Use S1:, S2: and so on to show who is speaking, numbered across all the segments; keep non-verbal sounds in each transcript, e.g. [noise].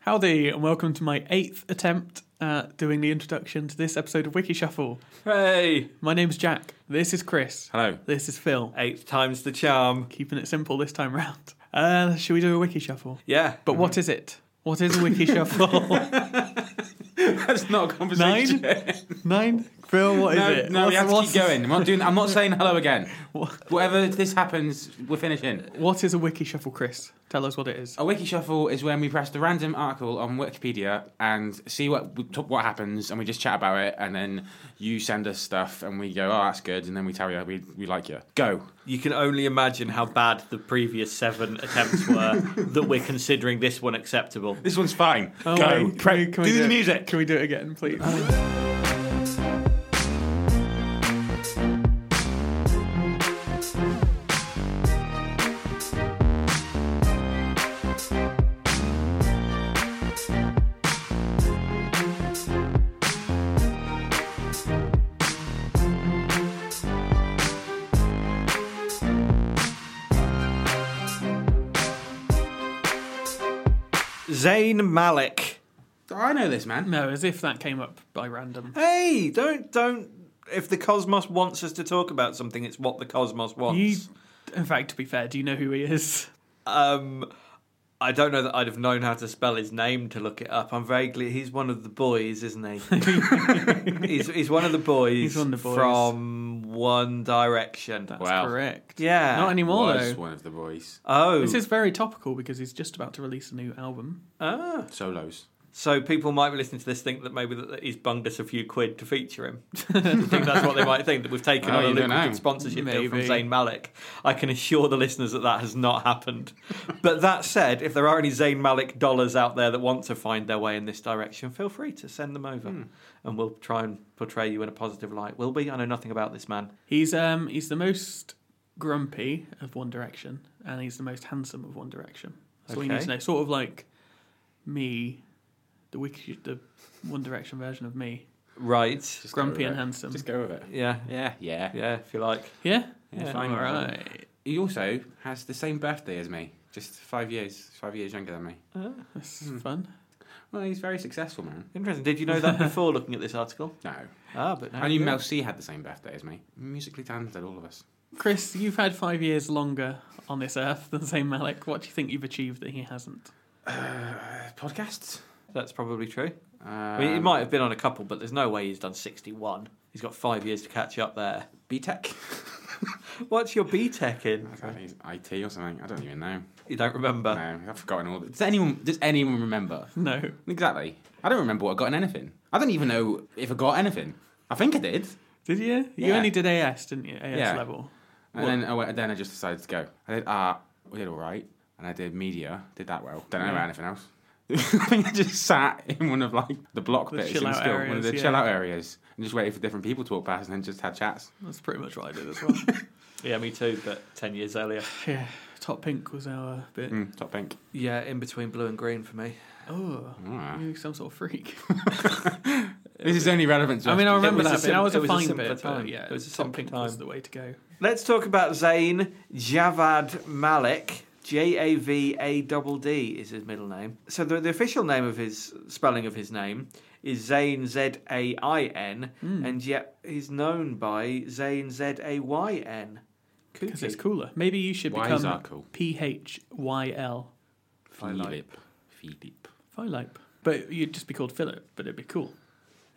S1: Howdy, and welcome to my eighth attempt at doing the introduction to this episode of Wiki Shuffle.
S2: Hey!
S1: My name's Jack. This is Chris.
S2: Hello.
S1: This is Phil.
S2: Eighth time's the charm.
S1: Keeping it simple this time round. Uh, should we do a Wiki Shuffle?
S2: Yeah.
S1: But what is it? What is a Wiki Shuffle?
S2: [laughs] that's not a
S1: Nine?
S2: conversation.
S1: Nine? Phil, what is
S2: No,
S1: it?
S2: no, we
S1: What's-
S2: have to
S1: what's-
S2: keep going. I'm not doing. I'm not saying hello again. Whatever this happens, we're finishing.
S1: What is a Wiki Shuffle, Chris? Tell us what it is.
S2: A wiki shuffle is when we press the random article on Wikipedia and see what what happens, and we just chat about it, and then you send us stuff, and we go, "Oh, that's good," and then we tell you we, we like you. Go.
S3: You can only imagine how bad the previous seven attempts [laughs] were that we're considering this one acceptable.
S2: This one's fine.
S1: Oh,
S2: go.
S1: wait, can we- can we
S2: do the
S1: it-
S2: music. Uh.
S1: Can we do it again, please?
S3: Zayn Malik.
S2: I know this man.
S1: no, as if that came up by random.
S3: Hey, don't don't. If the cosmos wants us to talk about something, it's what the cosmos wants.
S1: You, in fact, to be fair, do you know who he is?
S3: Um, I don't know that I'd have known how to spell his name to look it up. I'm vaguely. He's one of the boys, isn't he? he's, he's one of the boys.
S1: He's one of the boys.
S3: from One Direction.
S1: That's
S2: Wow.
S1: correct.
S3: Yeah.
S1: Not anymore,
S2: Was
S1: though.
S2: one of the boys
S3: Oh,
S1: This is very topical because he's just about to release a new album.
S3: ah.
S2: solos?
S3: so people might be listening to this think that maybe that he's bunged us a few quid to feature him. [laughs] I think that's what they might think that we've taken
S2: Oh,
S3: on a
S2: you don't know.
S3: lucrative sponsorship deal from
S1: Maybe.
S3: Zayn Malik. I can assure the listeners that that has not happened. but that said, if there are any Zayn Malik dollars out there that want to find their way in this direction, feel free to send them over,
S2: Hmm.
S3: and we'll try and portray you in a positive light. Will we? I know nothing about this man.
S1: He's um he's the most grumpy of One Direction, and he's the most handsome of One Direction. That's all you need
S3: Okay.
S1: to know. Sort of like me, the wiki, the One Direction version of me,
S3: Right?
S2: Just go
S1: grumpy
S2: with
S1: and
S2: it.
S1: handsome.
S2: Just go with it.
S3: Yeah.
S2: Yeah. Yeah.
S3: Yeah. If you like.
S1: Yeah,
S2: Yeah.
S1: all right.
S2: He also has the same birthday as me. Just five years. Five years younger than me.
S1: This
S2: Hmm.
S1: is fun.
S2: Well, he's very successful, man.
S3: Interesting. Did you know
S2: [laughs]
S3: that before looking at this article?
S2: No.
S3: Ah, but now
S2: I knew
S3: you do.
S2: Mel C had the same birthday as me. Musically talented, all of us.
S1: Chris, you've had five years longer on this earth than Zayn Malik. What do you think you've achieved that he hasn't? [laughs]
S2: Uh, podcasts?
S3: That's probably true.
S2: Um,
S3: I mean, he might have been on a couple, but there's no way he's done 61. He's got five years to catch up there.
S2: B Tech.
S3: What's your B Tech in?
S2: I think he's IT or something. I don't even know.
S3: You don't remember.
S2: No, I've forgotten all. Does anyone? Does anyone remember?
S1: No.
S2: Exactly. I don't remember what I got in anything. I don't even know if I got anything. I think I did.
S1: Did you? You
S2: Yeah.
S1: only did AS, didn't you? AS
S2: Yeah.
S1: level.
S2: And then I went, then I just decided to go. I did art. We did all right. And I did media. Did that well. Don't know about anything else. [laughs] I think I just sat in one of like the block
S1: The
S2: bits in
S1: chill
S2: school,
S1: out
S2: one of
S1: areas,
S2: the
S1: yeah.
S2: chill out areas, and just waited for different people to walk past and then just had chats.
S1: That's pretty much what I did as well.
S3: Yeah, me too, but 10 years earlier.
S1: yeah. Top Pink was our bit.
S2: Mm, top pink.
S3: Yeah, in between blue and green for me.
S1: Oh,
S2: Ah.
S1: you some sort of
S3: [laughs]
S1: freak.
S2: This is only relevant. To
S1: I mean, I
S2: us
S1: remember
S3: was a
S1: that bit. That
S3: sim-
S1: was
S3: it
S1: a
S3: was a
S1: fine
S3: simpler
S1: bit. But
S3: time.
S1: yeah,
S3: It was a
S1: Top
S3: simpler
S1: Pink was
S3: time.
S1: the way to go.
S3: Let's talk about Zayn Javad Malik. J A V A D D is his middle name. So the, the official name of his spelling of his name is Zayn Z A I N, and yet he's known by Zayn Z A Y N.
S1: Because it's cooler. Because it's cooler. Maybe you should
S2: Why is that
S1: become
S2: cool?
S1: P H Y L.
S2: Philip. Philip.
S1: Philip. But you'd just be called Philip, but it'd be cool.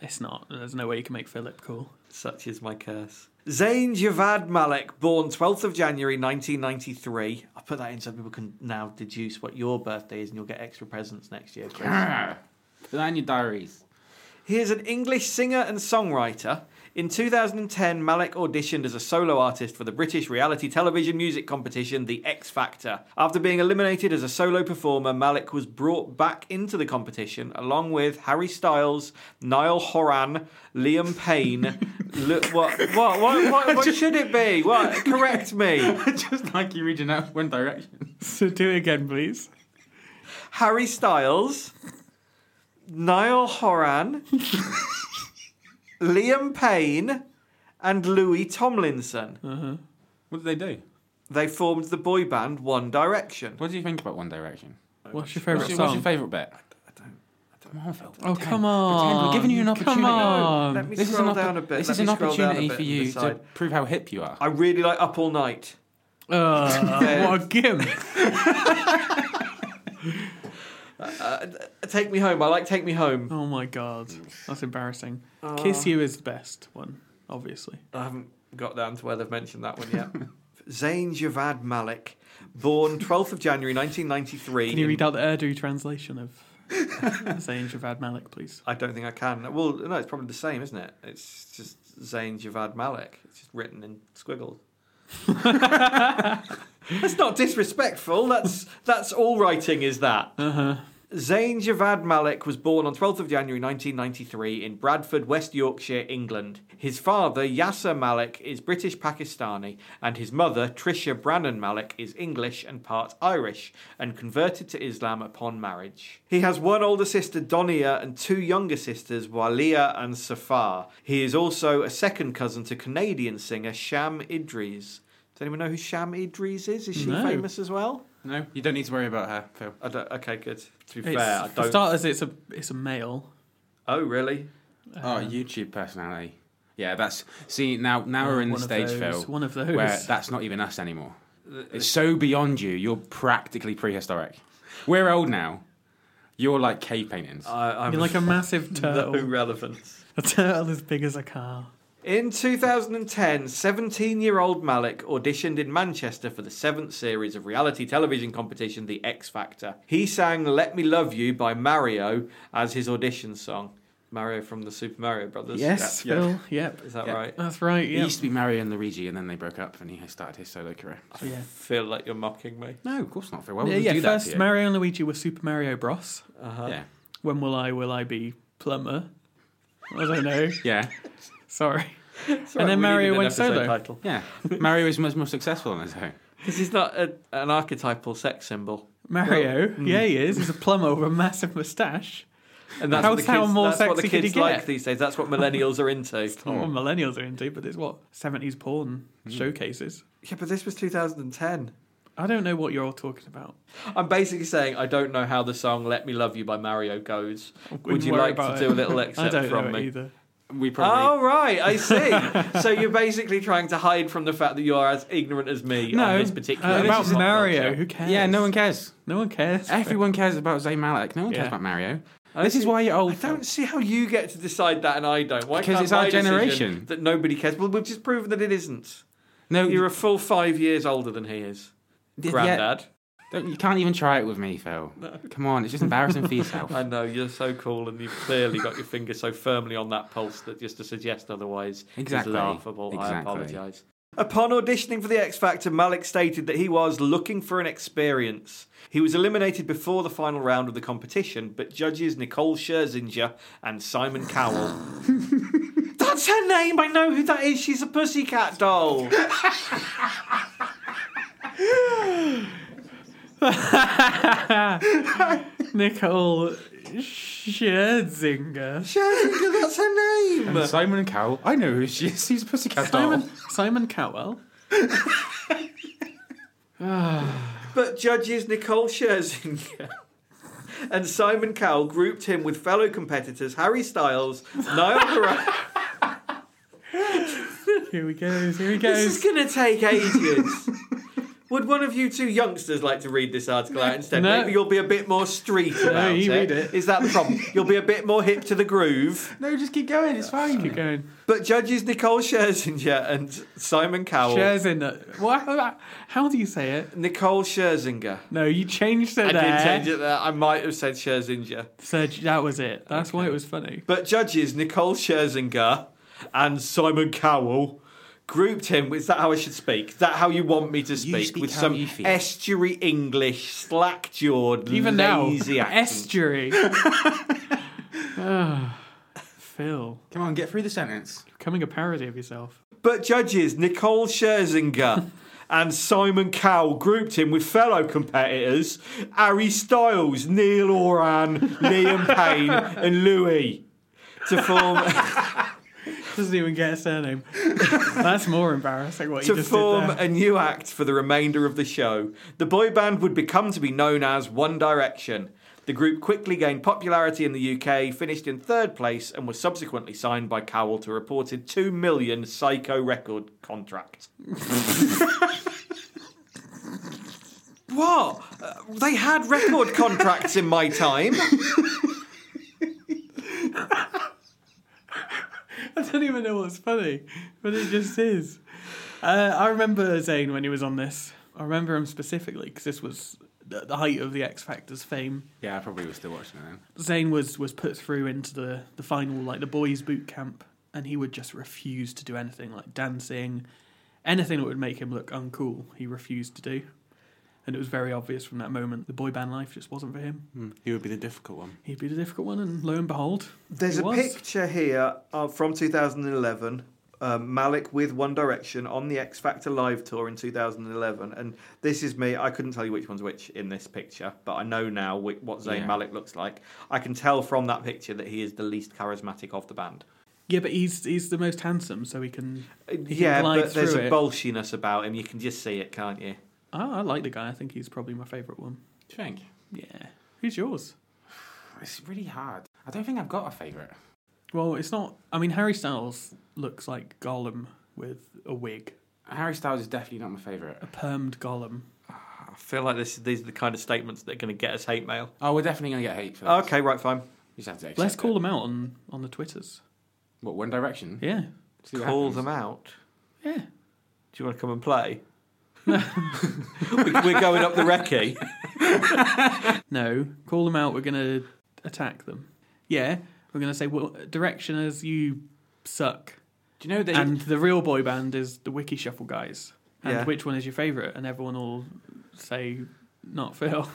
S1: It's not. There's no way you can make Philip cool. [laughs]
S3: Such is my curse. Zayn Javad Malik, born 12th of January 1993. I put that in so people can now deduce what your birthday is and you'll get extra presents next year, Chris.
S2: Put that in your diaries.
S3: He is an English singer and songwriter. In 2010, Malik auditioned as a solo artist for the British reality television music competition, The X Factor. After being eliminated as a solo performer, Malik was brought back into the competition along with Harry Styles, Niall Horan, Liam Payne. Lu- what, what, what, what, what should it be? What? Correct me.
S2: [laughs] Just like you reading out One Direction.
S1: So do it again, please.
S3: Harry Styles, Niall [laughs] Horan, Liam Payne, and Louis Tomlinson.
S2: What did they do?
S3: They formed the boy band One Direction.
S2: What do you think about One Direction?
S1: What's your favourite
S2: What's your,
S1: song?
S2: what's your favourite bit?
S1: Oh, come on.
S2: Pretend we're giving you an opportunity.
S1: Come on.
S3: Oh, Let me
S2: um, This is an,
S3: scroll
S2: oppo-
S3: down a bit.
S2: This
S3: Let
S2: is
S3: me
S2: an
S3: scroll down a
S2: opportunity
S3: bit
S2: for
S3: and
S2: you to
S3: decide.
S2: prove how hip you are.
S3: I really like Up All Night. [laughs]
S1: Uh, what a gimp.
S3: Uh, Take Me Home. I like Take Me Home.
S1: Oh my god. That's embarrassing.
S3: Uh.
S1: Kiss You is the best one, obviously.
S3: I haven't got down to where they've mentioned that one yet. [laughs] Zayn Javad Malik, born 12th of January 1993.
S1: Can you
S3: in-
S1: read out the Urdu translation
S2: [laughs]
S1: of Zayn Javad Malik, please?
S3: I don't think I can. Well, no, it's probably the same, isn't it? It's just Zayn Javad Malik. It's just written in squiggles. that's not disrespectful. That's that's all writing is that. Uh-huh. Zayn Javad Malik was born on 12th of January 1993 in Bradford, West Yorkshire, England. His father, Yasser Malik, is British Pakistani, and his mother, Tricia Brannan Malik, is English and part Irish, and converted to Islam upon marriage. He has one older sister, Donia, and two younger sisters, Walia and Safar. He is also a second cousin to Canadian singer Sham Idris. Does anyone know who Sham Idris is? Is she
S1: No.
S3: famous as well?
S2: No, you don't need to worry about her, Phil.
S3: I don't, okay, good. To be
S1: It's,
S3: fair, I
S1: for
S3: don't.
S1: starters, it's a it's a male.
S3: Oh, really?
S2: Oh,
S1: Uh-huh.
S2: YouTube personality. Yeah, that's see now. Now we're in the
S1: one of
S2: stage,
S1: those-
S2: Phil.
S1: one of those.
S2: where that's not even us anymore. It's so beyond you. You're practically prehistoric. We're old now. You're like cave paintings.
S3: I, I'm
S1: You're like a
S2: [laughs]
S1: massive
S3: no
S1: turtle.
S3: relevance.
S1: A turtle as big as a car.
S3: In 2010, 17 year old Malik auditioned in Manchester for the seventh series of reality television competition, The X Factor. He sang Let Me Love You by Mario as his audition song. Mario from the Super Mario Brothers.
S1: Yes,
S2: yeah.
S1: Phil. Yep.
S3: Is that
S2: Yeah.
S3: right?
S1: That's right.
S2: He
S1: Yep.
S2: used to be Mario and Luigi, and then they broke up, and he started his solo career.
S1: yeah.
S3: [laughs] feel like you're mocking me.
S2: No, of course not, Phil. Why would
S1: Yeah,
S2: we
S1: yeah,
S2: do that to
S1: first
S2: you?
S1: Mario and Luigi were Super Mario Bros.
S3: Uh-huh.
S2: yeah,
S1: When will I will I be plumber? I don't know. [laughs]
S2: yeah,
S1: Sorry.
S3: It's
S1: And then
S3: we needed
S1: Mario
S3: an
S1: went
S3: episode
S1: solo.
S3: title.
S1: [laughs]
S2: yeah. Mario is much more successful on his own.
S3: Because he's not a, an archetypal sex symbol.
S1: Mario. yeah,
S2: mm.
S1: he is. He's a plumber with a massive moustache.
S3: And that's
S1: How-
S3: what the
S1: how
S3: kids,
S1: more
S3: that's what the
S1: sexy could
S3: kids
S1: you
S3: like
S1: get?
S3: these days. That's what millennials are into.
S1: [laughs]
S2: Hmm.
S1: Not what millennials are into, but it's what seventies porn showcases.
S3: Yeah, but this was 2010.
S1: I don't know what you're all talking about.
S3: I'm basically saying I don't know how the song "Let Me Love You" by Mario goes. Would
S1: Wouldn't
S3: you
S1: worry
S3: like to
S1: about
S3: do
S1: it.
S3: a [laughs] little
S1: [laughs] I
S3: excerpt
S1: don't
S3: from
S1: know it
S3: me?
S1: either.
S2: We probably
S3: Oh right, I see. [laughs] so you're basically trying to hide from the fact that you are as ignorant as me
S2: No,
S3: on this particular
S1: Uh,
S3: this
S1: about
S3: is pop
S1: Mario,
S3: culture.
S1: who cares?
S2: yeah. No one cares.
S1: no one cares.
S2: Everyone cares about Zayn Malik. No one
S1: Yeah.
S2: cares about Mario. This is why you're old.
S3: I
S2: Phil.
S3: don't see how you get to decide that and I don't. Why
S2: Because
S3: can't
S2: it's our
S3: my decision
S2: generation.
S3: that nobody cares. Well, we've just proven that it isn't.
S2: No,
S3: You're a full five years older than he is,
S2: yeah,
S3: granddad.
S2: Don't, you can't even try it with me, Phil. Come on, it's just embarrassing for
S3: [laughs]
S2: yourself.
S3: I know you're so cool, and you've clearly got your finger so firmly on that pulse that just to suggest otherwise
S2: Exactly.
S3: is laughable. I
S2: Exactly.
S3: apologise. Upon auditioning for the X Factor, Malik stated that he was looking for an experience. He was eliminated before the final round of the competition, but judges Nicole Scherzinger and Simon [laughs] Cowell. That's her name. I know who that is. She's a pussycat doll.
S1: [laughs] Nicole Scherzinger.
S3: Scherzinger, that's her name.
S2: Simon and Cowell. I know who she is. [laughs] She's a pussycat
S1: Simon, Simon Cowell.
S3: But judges Nicole Scherzinger [laughs] and Simon Cowell grouped him with fellow competitors Harry Styles,
S1: [laughs]
S3: Niall Horan.
S1: Here we go. Here he
S3: this
S1: goes.
S3: is going to take ages. Would one of you two youngsters like to read this article out instead?
S1: No.
S3: Maybe you'll be a bit more street about
S1: you
S3: it.
S1: read it.
S3: Is that the problem? You'll be a bit more hip to the groove.
S2: No, just keep going. It's fine.
S1: Keep going.
S3: But judges Nicole Scherzinger and Simon Cowell.
S1: Scherzinger. What? How do you say it?
S3: Nicole Scherzinger.
S1: No, you changed it
S3: I
S1: there.
S3: did change it there. I might have said Scherzinger.
S1: So that was it. That's why it was funny.
S3: But judges Nicole Scherzinger and Simon Cowell grouped him. Is that how I should speak? Is that how you want me to speak?
S2: speak
S3: With
S2: how
S3: some
S2: you feel.
S3: estuary English, slack jawed,
S1: Even now,
S2: [laughs]
S3: lazy accent. [laughs]
S1: estuary. Ah, Phil,
S2: Come on, get through the sentence.
S1: becoming a parody of yourself.
S3: But judges Nicole
S2: [laughs]
S3: Scherzinger and Simon Cowell grouped him with fellow competitors Harry Styles, Neil Oran, Liam Payne, and Louis to
S2: [laughs]
S3: form
S1: Doesn't even get a
S3: [laughs]
S1: surname. That's more embarrassing. What you
S3: to
S1: just
S3: form
S1: did there.
S3: a new act for the remainder of the show. The boy band would become to be known as One Direction. The group quickly gained popularity in the UK, finished in third place, and was subsequently signed by Cowell to a reported 2 million psycho record contract. [laughs] what? Uh, they had record contracts in my time.
S1: I don't even know what's funny, but it just is. Uh, I remember Zayn when he was on this. I remember him specifically because this was the, the height of the X Factor's fame.
S2: Yeah, I probably was still watching it then.
S1: Zayn was was put through into the the final like the boys boot camp, and he would just refuse to do anything like dancing, anything that would make him look uncool. He refused to do, and it was very obvious from that moment the boy band life just wasn't for him.
S2: He would be the difficult one.
S1: He'd be the difficult one, and lo and behold,
S3: There's
S1: he
S3: a
S1: was.
S3: picture here of, from 2011, um, Malik with One Direction on the X Factor live tour in 2011, and this is me. I couldn't tell you which one's which in this picture, but I know now whi- what Zayn
S2: Yeah.
S3: Malik looks like. I can tell from that picture that he is the least charismatic of the band.
S1: Yeah, but he's he's the most handsome, so he can.
S3: Uh,
S1: He
S3: yeah,
S1: can glide
S3: but there's
S1: through
S3: a
S1: it.
S3: bolshiness about him. You can just see it, can't you?
S1: Oh, I like the guy. I think he's probably my favourite one.
S2: Do you think?
S1: Yeah. Who's yours?
S2: It's really hard. I don't think I've got a favourite.
S1: Well, it's not. I mean, Harry Styles looks like Gollum with a wig,
S2: Harry Styles is definitely not my favourite.
S1: a permed Gollum.
S3: I feel like this, these are the kind of statements that are going to get us hate mail.
S2: Oh, we're definitely going to get hate for this.
S3: Okay, right, fine.
S2: You just have to accept
S1: Let's call
S2: it.
S1: them out on on the twitters.
S2: What, One Direction?
S1: Yeah.
S2: See what
S3: Call
S2: happens.
S3: them out.
S1: Yeah.
S3: Do you want to come and
S2: [laughs]
S3: play? [laughs] We- We're going up the recce.
S1: No, call them out. We're gonna attack them. Yeah, we're gonna say, well, directioners, you suck.
S2: Do you know that
S1: And the real boy band is the Wiki Shuffle guys. And
S3: Yeah.
S1: which one is your favourite? And everyone will say, not Phil.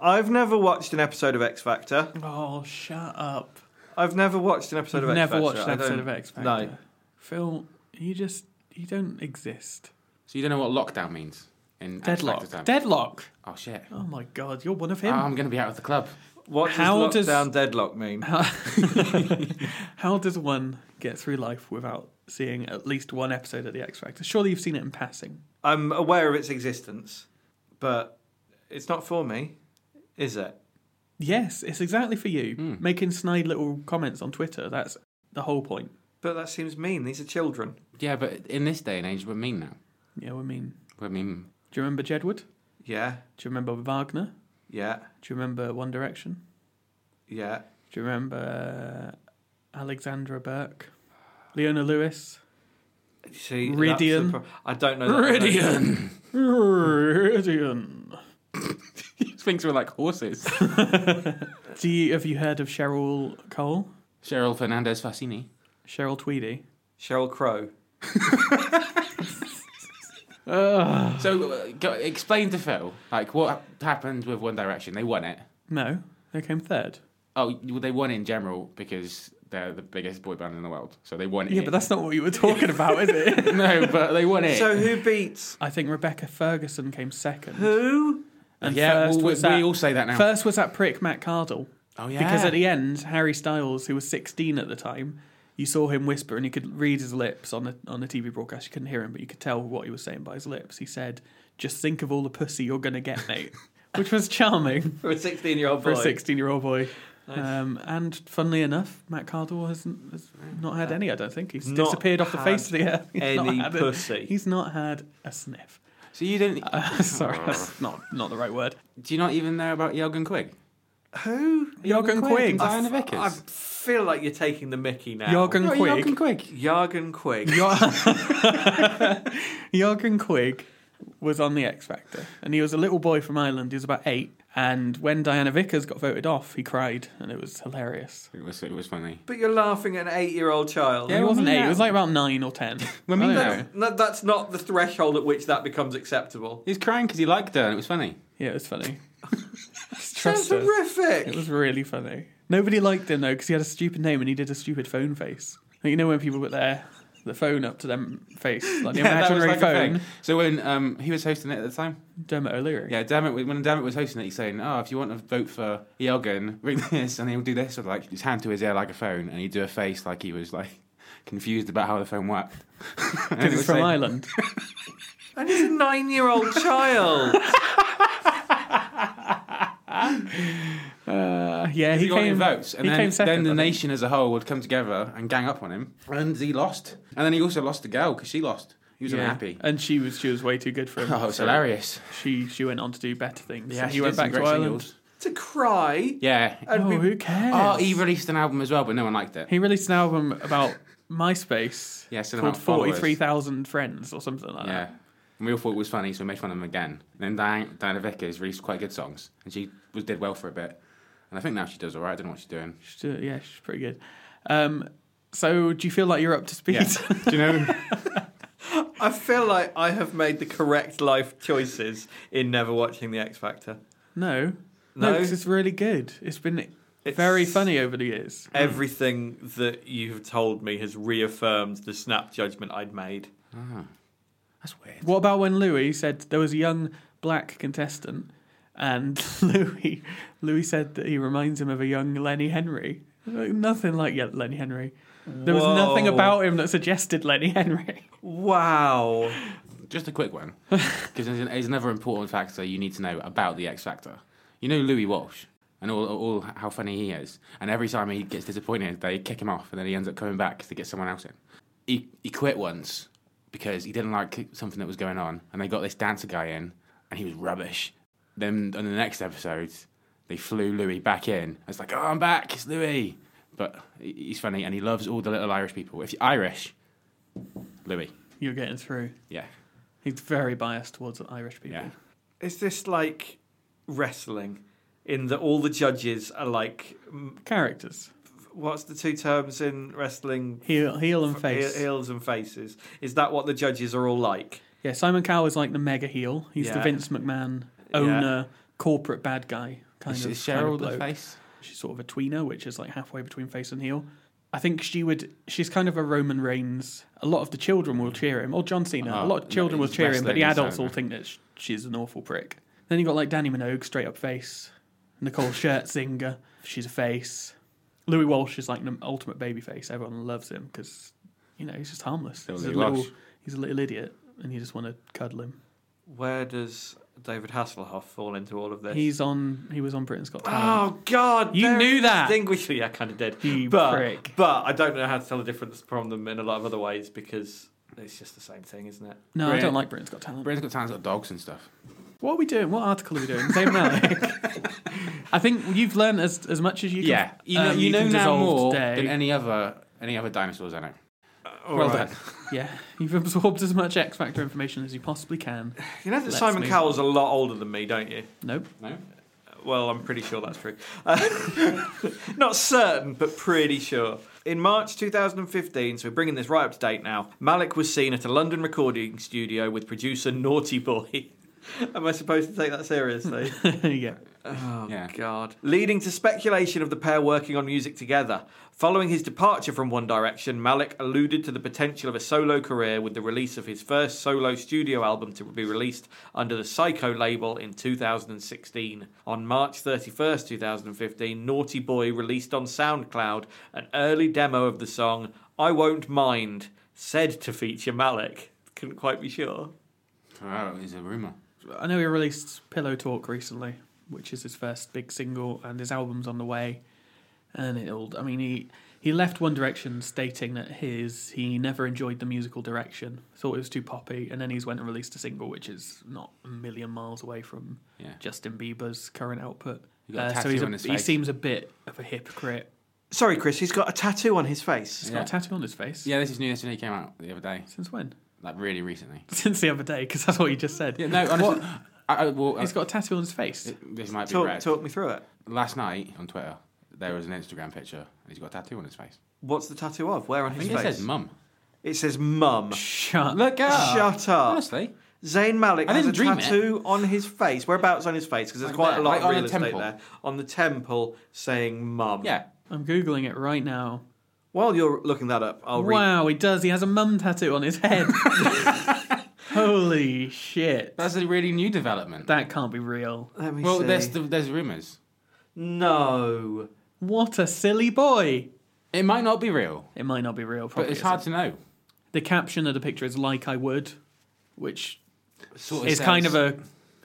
S3: I've never watched an episode of X Factor.
S1: oh, shut up.
S3: I've never watched an episode
S1: I've
S3: of X
S1: never
S3: Factor.
S1: watched an
S3: I
S1: episode
S3: don't-
S1: of X Factor.
S3: No.
S1: Phil, you just you don't exist.
S2: So you don't know what lockdown means? In X Factor
S1: Deadlock.
S2: time?
S1: Deadlock.
S2: oh, shit.
S1: Oh my god, you're one of him.
S2: I'm going to be out of the club.
S3: What
S1: How
S3: does
S1: does-
S3: lockdown deadlock mean?
S1: [laughs] How does one get through life without seeing at least one episode of The X Factor? Surely you've seen it in passing.
S3: I'm aware of its existence, but it's not for me, is it?
S1: Yes, it's exactly for you. Making snide little comments on Twitter, that's the whole point.
S3: But that seems mean. These are children.
S2: Yeah, but in this day and age, we're mean now.
S1: Yeah, I mean,
S2: We're mean.
S1: do you remember Jedward?
S3: Yeah,
S1: Do you remember Wagner?
S3: yeah,
S1: Do you remember One Direction?
S3: yeah.
S1: Do you remember uh, Alexandra Burke? Leona Lewis?
S2: [laughs]
S3: See, that's
S1: Ridian.
S3: the pro- I don't know. That
S1: Ridian.
S2: Things were like horses.
S1: Do you, have you heard of Cheryl Cole?
S2: [laughs] Cheryl Fernandez Fassini.
S1: Cheryl Tweedy?
S3: Cheryl Crow.
S2: So uh, go, explain to Phil, like, what happened with One Direction? They won it.
S1: No, they came third.
S2: Oh, they won in general because they're the biggest boy band in the world. So they won it.
S1: Yeah, but that's not what you were talking about, is
S2: [laughs]
S1: it?
S2: no, but they won it.
S3: So who beats
S1: I think Rebecca Ferguson came second.
S3: who?
S1: And
S2: [laughs] yeah,
S1: first
S2: well, we,
S1: was that,
S2: we all say that now.
S1: First was that prick Matt Cardle.
S2: oh yeah,
S1: Because at the end, Harry Styles, who was 16 at the time, you saw him whisper and you could read his lips on the, on the TV broadcast. You couldn't hear him, but you could tell what he was saying by his lips. He said, Just think of all the pussy you're going to
S3: [laughs]
S1: get, mate. Which was charming
S3: For a 16 year old
S1: for
S3: boy.
S1: a 16 year old boy. Um, and funnily enough, Matt Cardle has, has not had any, I don't think. He's
S3: Not
S1: disappeared off the face of the earth. [laughs] He's not
S3: any
S1: had a-
S3: pussy.
S1: he's not had a sniff. [laughs]
S2: so you don't.
S1: Sorry,
S3: [laughs]
S1: that's not, not the right word.
S2: do you not even know about Jorgen Quigg?
S3: Who?
S1: Jorgen Quigg.
S2: and Diana
S3: I
S2: Vickers.
S3: feel like you're taking the mickey now.
S1: Jorgen
S2: No,
S1: Quigg.
S2: Jorgen Quigg.
S3: Jorgen Quigg.
S1: Jorgen Quigg was on The X Factor, and he was a little boy from Ireland. He was about eight, and when Diana Vickers got voted off, he cried, and it was hilarious.
S2: It was it was funny.
S3: But you're laughing at an eight-year-old child.
S1: Yeah, it wasn't
S2: we
S1: eight. It
S2: know-
S1: was like about nine or ten.
S2: When we
S1: I don't
S2: know-
S1: know.
S3: No, that's not the threshold at which that becomes acceptable.
S2: He's crying because he liked her, and it was funny.
S1: Yeah, it was
S2: [laughs]
S1: funny. Just
S3: That's
S1: Trust us.
S3: horrific.
S1: It was really funny. Nobody liked him though because he had a stupid name and he did a stupid phone face. Like, you know when people put their the phone up to them face, like the
S2: [laughs] Yeah, that was
S1: imaginary
S2: like a
S1: phone.
S2: thing. So when um, he was hosting it at the time,
S1: Dermot O'Leary.
S2: yeah, Dermot when Dermot was hosting it, he's saying, "Oh, if you want to vote for Eoghan, ring this," and he'll do this with like his hand to his ear like a phone, and he'd do a face like he was like [laughs] confused about how the phone worked. [laughs] And it
S1: because
S2: was
S1: he's from
S2: saying- [laughs]
S1: Ireland.
S3: And he's
S1: [laughs]
S3: a nine-year-old child.
S1: Uh, yeah,
S2: He,
S1: he
S2: got any
S1: came.
S2: votes, and
S1: he
S2: then,
S1: came second.
S2: then the
S1: I think.
S2: nation as a whole would come together and gang up on him, and he lost. And then he also lost the girl because she lost. He was
S1: Yeah. Uh,
S2: unhappy.
S1: and she was she was way too good for him.
S2: Oh, it's hilarious.
S1: She she went on to do better things.
S2: Yeah,
S1: Yeah,
S2: she
S1: he
S2: did
S1: went
S2: some
S1: back to
S2: great
S1: Ireland.
S2: singles.
S3: to cry.
S2: Yeah.
S3: And
S1: Oh,
S3: we-
S1: who cares?
S2: Oh, he released an album as well, but no one liked it.
S1: He released an album about MySpace.
S2: Yeah, so
S1: called
S2: about followers.
S1: Forty Three Thousand Friends or something like
S2: Yeah.
S1: that.
S2: And we all thought it was funny, so we made fun of him again. And then Diana, Diana Vickers released quite good songs, and she was did well for a bit. And I think now she does all right. I don't know what she's doing.
S1: She's do- Yeah, she's pretty good. Um, so do you feel like you're up to speed?
S2: Yeah. Do you know?
S3: I feel like I have made the correct life choices in never watching The X Factor.
S1: [laughs] Hmm. no,
S3: No?
S1: no, 'cause it's really good. It's been
S3: It's-
S1: very funny over the years.
S3: Everything that you've told me has reaffirmed the snap judgment I'd made.
S2: oh, that's weird.
S1: What about when Louis said there was a young black contestant, and [laughs] Louis Louis said that he reminds him of a young Lenny Henry. Like, nothing like yet Lenny Henry. There was
S3: Whoa.
S1: nothing about him that suggested Lenny [laughs] Henry.
S3: Wow.
S2: Just a quick one, [laughs] because there's, an- there's another important factor you need to know about the X Factor. You know Louis Walsh and all, all how funny he is, and every time he gets disappointed, they kick him off, and then he ends up coming back to get someone else in. He he quit once because he didn't like something that was going on, and they got this dancer guy in, and he was rubbish. Then on the next episode, they flew Louis back in. It's like, oh, I'm back, it's Louis. But he- he's funny, and he loves all the little Irish people. If you're Irish, Louis,
S1: You're getting through.
S2: yeah,
S1: He's very biased towards Irish people.
S2: yeah.
S3: Is this like wrestling? In that all the judges are like, mm,
S1: Characters.
S3: what's the two terms in wrestling?
S1: Heel, heel and face.
S3: He- Heels and faces. Is that what the judges are all like?
S1: Yeah, Simon Cowell is like the mega heel. He's the
S3: Yeah.
S1: Vince McMahon owner, corporate bad guy kind
S2: Is,
S1: of.
S2: is
S1: kind of
S2: Cheryl the
S1: bloke.
S2: face?
S1: She's sort of a tweener, which is like halfway between face and heel. I think she would. She's kind of a Roman Reigns. A lot of the children will cheer him, or John Cena.
S2: Oh,
S1: a lot
S2: no,
S1: of children will
S2: he's
S1: cheer him, but the
S2: wrestling,
S1: adults
S2: so-
S1: all think that sh- she's an awful prick. Then you got like Danny Minogue, straight up face. Nicole Scherzinger, she's a face. Louis Walsh is like the ultimate baby face. Everyone loves him because you know he's just harmless.
S2: Still
S1: He's a
S2: Louis
S1: little,
S2: Walsh.
S1: he's a little idiot, and you just want to cuddle him.
S3: Where does David Hasselhoff fall into all of this?
S1: He's on. He was on Britain's Got Talent.
S3: Oh God!
S1: You
S3: they're
S1: knew that.
S3: Distinguished. [laughs] Yeah, I kind of did.
S1: You
S3: but
S1: prick.
S3: but I don't know how to tell the difference from them in a lot of other ways because it's just the same thing, isn't it?
S1: no, I
S2: Brit-
S1: don't like Britain's Got Talent.
S2: Britain's got tons of dogs and stuff.
S1: What are we doing? What article are we doing? Same [laughs] Malik. I think you've learned as, as much as you can.
S2: you know,
S1: um,
S2: you know
S1: can
S2: now
S1: dissolve
S2: more
S1: today.
S2: than any other any other dinosaurs I know.
S3: All
S2: well
S3: right.
S2: done.
S1: yeah, you've absorbed as much X Factor information as you possibly can.
S3: You know that
S1: Let's
S3: Simon
S1: move
S3: Cowell's a lot older than me, don't you?
S1: Nope. [laughs]
S2: No,
S3: Well, I'm pretty sure that's true. Uh, [laughs] not certain, but pretty sure. In March 2015, so we're bringing this right up to date now, Malik was seen at a London recording studio with producer Naughty Boy. [laughs] Am I supposed to take that seriously?
S1: yeah.
S3: Oh
S2: Yeah.
S3: God! Leading to speculation of the pair working on music together. Following his departure from One Direction, Malik alluded to the potential of a solo career with the release of his first solo studio album to be released under the Psycho label in 2016. On March 31st, 2015, Naughty Boy released on SoundCloud an early demo of the song "I Won't Mind," said to feature Malik. Couldn't quite be sure.
S2: oh, it's a rumor.
S1: I know he released Pillow Talk recently, which is his first big single, and his album's on the way. And it'll. I mean, he he left One Direction stating that his he never enjoyed the musical direction, thought it was too poppy, and then he's went and released a single, which is not a million miles away from
S2: Yeah.
S1: Justin Bieber's current output. Uh,
S2: He got a
S1: so
S2: tattoo
S1: he's a,
S2: on his
S1: he
S2: face.
S1: seems a bit of a hypocrite.
S3: Sorry, Chris. He's got a tattoo on his face.
S1: He's
S2: Yeah.
S1: got a tattoo on his face.
S2: Yeah, this is new. This only came out the other day.
S1: Since when? [laughs]
S2: like really recently.
S1: Since the other day, because that's what you just said.
S2: Yeah, no, honestly, I, I, well,
S1: He's
S2: I-
S1: got a tattoo on his face.
S2: it- this might be
S3: Talk,
S2: red.
S3: talk me through it.
S2: Last night on Twitter, there was an Instagram picture, and he's got a tattoo on his face.
S3: What's the tattoo of? Where on
S2: I
S3: his
S2: think
S3: face?
S2: it says mum.
S3: It says mum.
S1: Shut.
S2: Look up.
S3: Shut up.
S2: Honestly,
S3: Zayn Malik
S2: I
S3: has a
S2: didn't dream it.
S3: tattoo on his face. Whereabouts on his face? Because there's
S2: Like
S3: quite
S2: there,
S3: a lot
S2: like
S3: of
S2: on the
S3: real estate
S2: temple.
S3: there. On the temple, saying mum.
S2: yeah.
S1: I'm googling it right now.
S3: While you're looking that up, I'll read.
S1: Wow, he does. He has a mum tattoo on his
S2: [laughs]
S1: head. Holy shit.
S2: That's a really new development.
S1: That can't be real.
S3: Let me
S2: well,
S3: see.
S2: there's the, there's rumours.
S3: No.
S1: What a silly boy.
S2: It might not be real,
S1: It might not be real,
S2: but
S1: probably.
S2: it's
S1: isn't.
S2: hard to know.
S1: The caption of the picture is like I would, which
S2: Sort
S1: is
S2: says-
S1: kind of a,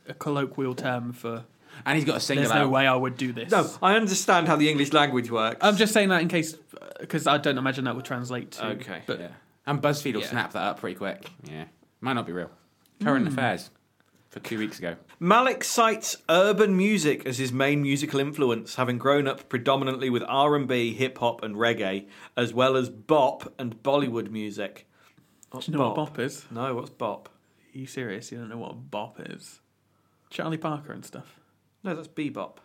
S1: a colloquial term for
S2: and he's got a single
S1: there's
S2: out.
S1: no way I would do this.
S3: No, I understand how the English language works.
S1: I'm just saying that in case, because I don't imagine that would translate to.
S3: Okay.
S1: But
S2: Yeah. And BuzzFeed will
S1: Yeah.
S2: snap that up pretty quick. Yeah. Might not be real. Current affairs for two weeks ago.
S3: Malik cites urban music as his main musical influence, having grown up predominantly with R&B, hip hop, and reggae, as well as bop and Bollywood music. What's
S1: do you know what bop is?
S3: No, what's bop?
S1: Are you serious? You don't know what a bop is? Charlie Parker and stuff.
S3: No, that's bebop.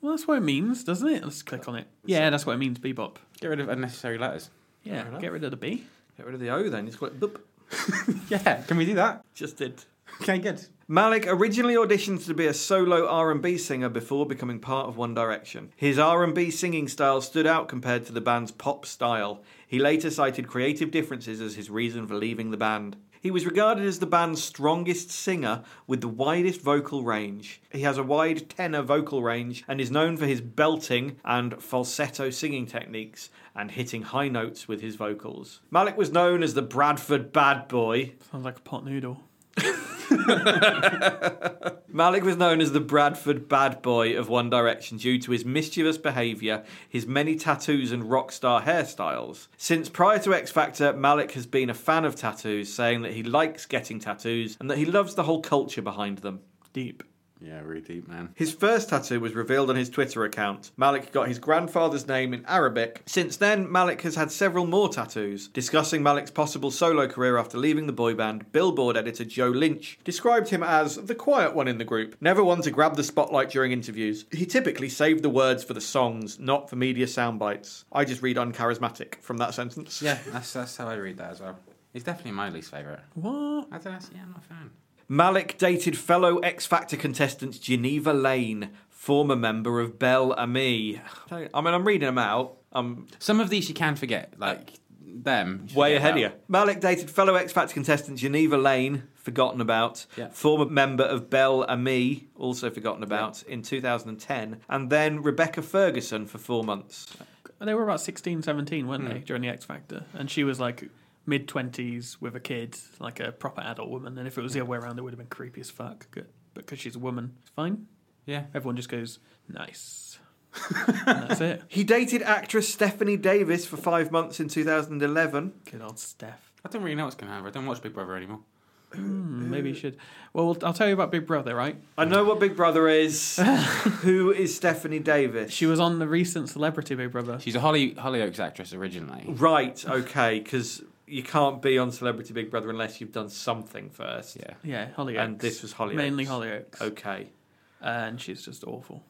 S1: Well, that's what it means, doesn't it? Let's click on it. Yeah, that's what it means, bebop.
S2: Get rid of unnecessary letters.
S1: Yeah,
S3: enough.
S1: get rid of the B.
S3: Get rid of the O then. Just call it boop.
S2: [laughs] Yeah. Can we do that?
S3: Just did.
S2: Okay, good.
S3: Malik originally auditioned to be a solo R&B singer before becoming part of One Direction. His R&B singing style stood out compared to the band's pop style. He later cited creative differences as his reason for leaving the band. He was regarded as the band's strongest singer with the widest vocal range. He has a wide tenor vocal range and is known for his belting and falsetto singing techniques and hitting high notes with his vocals. Malik was known as the Bradford Bad Boy
S1: Sounds like a pot noodle.
S3: Malik was known as the Bradford bad boy of One Direction due to his mischievous behaviour, his many tattoos, and rock star hairstyles. Since prior to X Factor, Malik has been a fan of tattoos, saying that he likes getting tattoos and that he loves the whole culture behind them.
S1: Deep.
S2: Yeah, really deep, man.
S3: His first tattoo was revealed on his Twitter account. Malik got his grandfather's name in Arabic. Since then, Malik has had several more tattoos. Discussing Malik's possible solo career after leaving the boy band, Billboard editor Joe Lynch described him as the quiet one in the group, never one to grab the spotlight during interviews. He typically saved the words for the songs, not for media sound bites. I just read uncharismatic from that sentence.
S2: Yeah, that's, that's how I read that as well. It's definitely my least favourite.
S1: What?
S2: I don't know. Yeah, I'm not a fan.
S3: Malik dated fellow X Factor contestant Geneva Lane, former member of Belle Ami. [sighs] I mean, I'm reading them out. I'm
S2: Some of these you can forget, like them. you
S3: way
S2: forget
S3: ahead of you.
S2: about.
S3: Malik dated fellow X Factor contestant Geneva Lane, forgotten about.
S2: Yeah.
S3: Former member of Belle Ami, also forgotten about, in 2010. And then Rebecca Ferguson for four months.
S1: They were about 16, 17, weren't they, during the X Factor? And she was like mid 20s with a kid, like a proper adult woman. And if it was the other way around, it would have been creepy as fuck. Good. But because she's a woman, it's fine.
S2: Yeah.
S1: Everyone just goes, nice. and that's it.
S3: He dated actress Stephanie Davis for five months in 2011.
S1: [laughs] Good old Steph.
S2: I don't really know what's going to happen. I don't watch Big Brother anymore.
S1: Hmm, maybe you should. Well, we'll- I'll tell you about Big Brother, right?
S3: I know what Big Brother is. Who is Stephanie Davis?
S1: She was on the recent Celebrity Big Brother.
S2: She's a Holly Hollyoaks actress originally.
S3: Right, okay, because you can't be on Celebrity Big Brother unless you've done something first.
S2: Yeah.
S1: Yeah, Hollyoaks. Oh.
S3: And this was Hollyoaks.
S1: Mainly Hollyoaks.
S3: Okay.
S1: And she's just awful.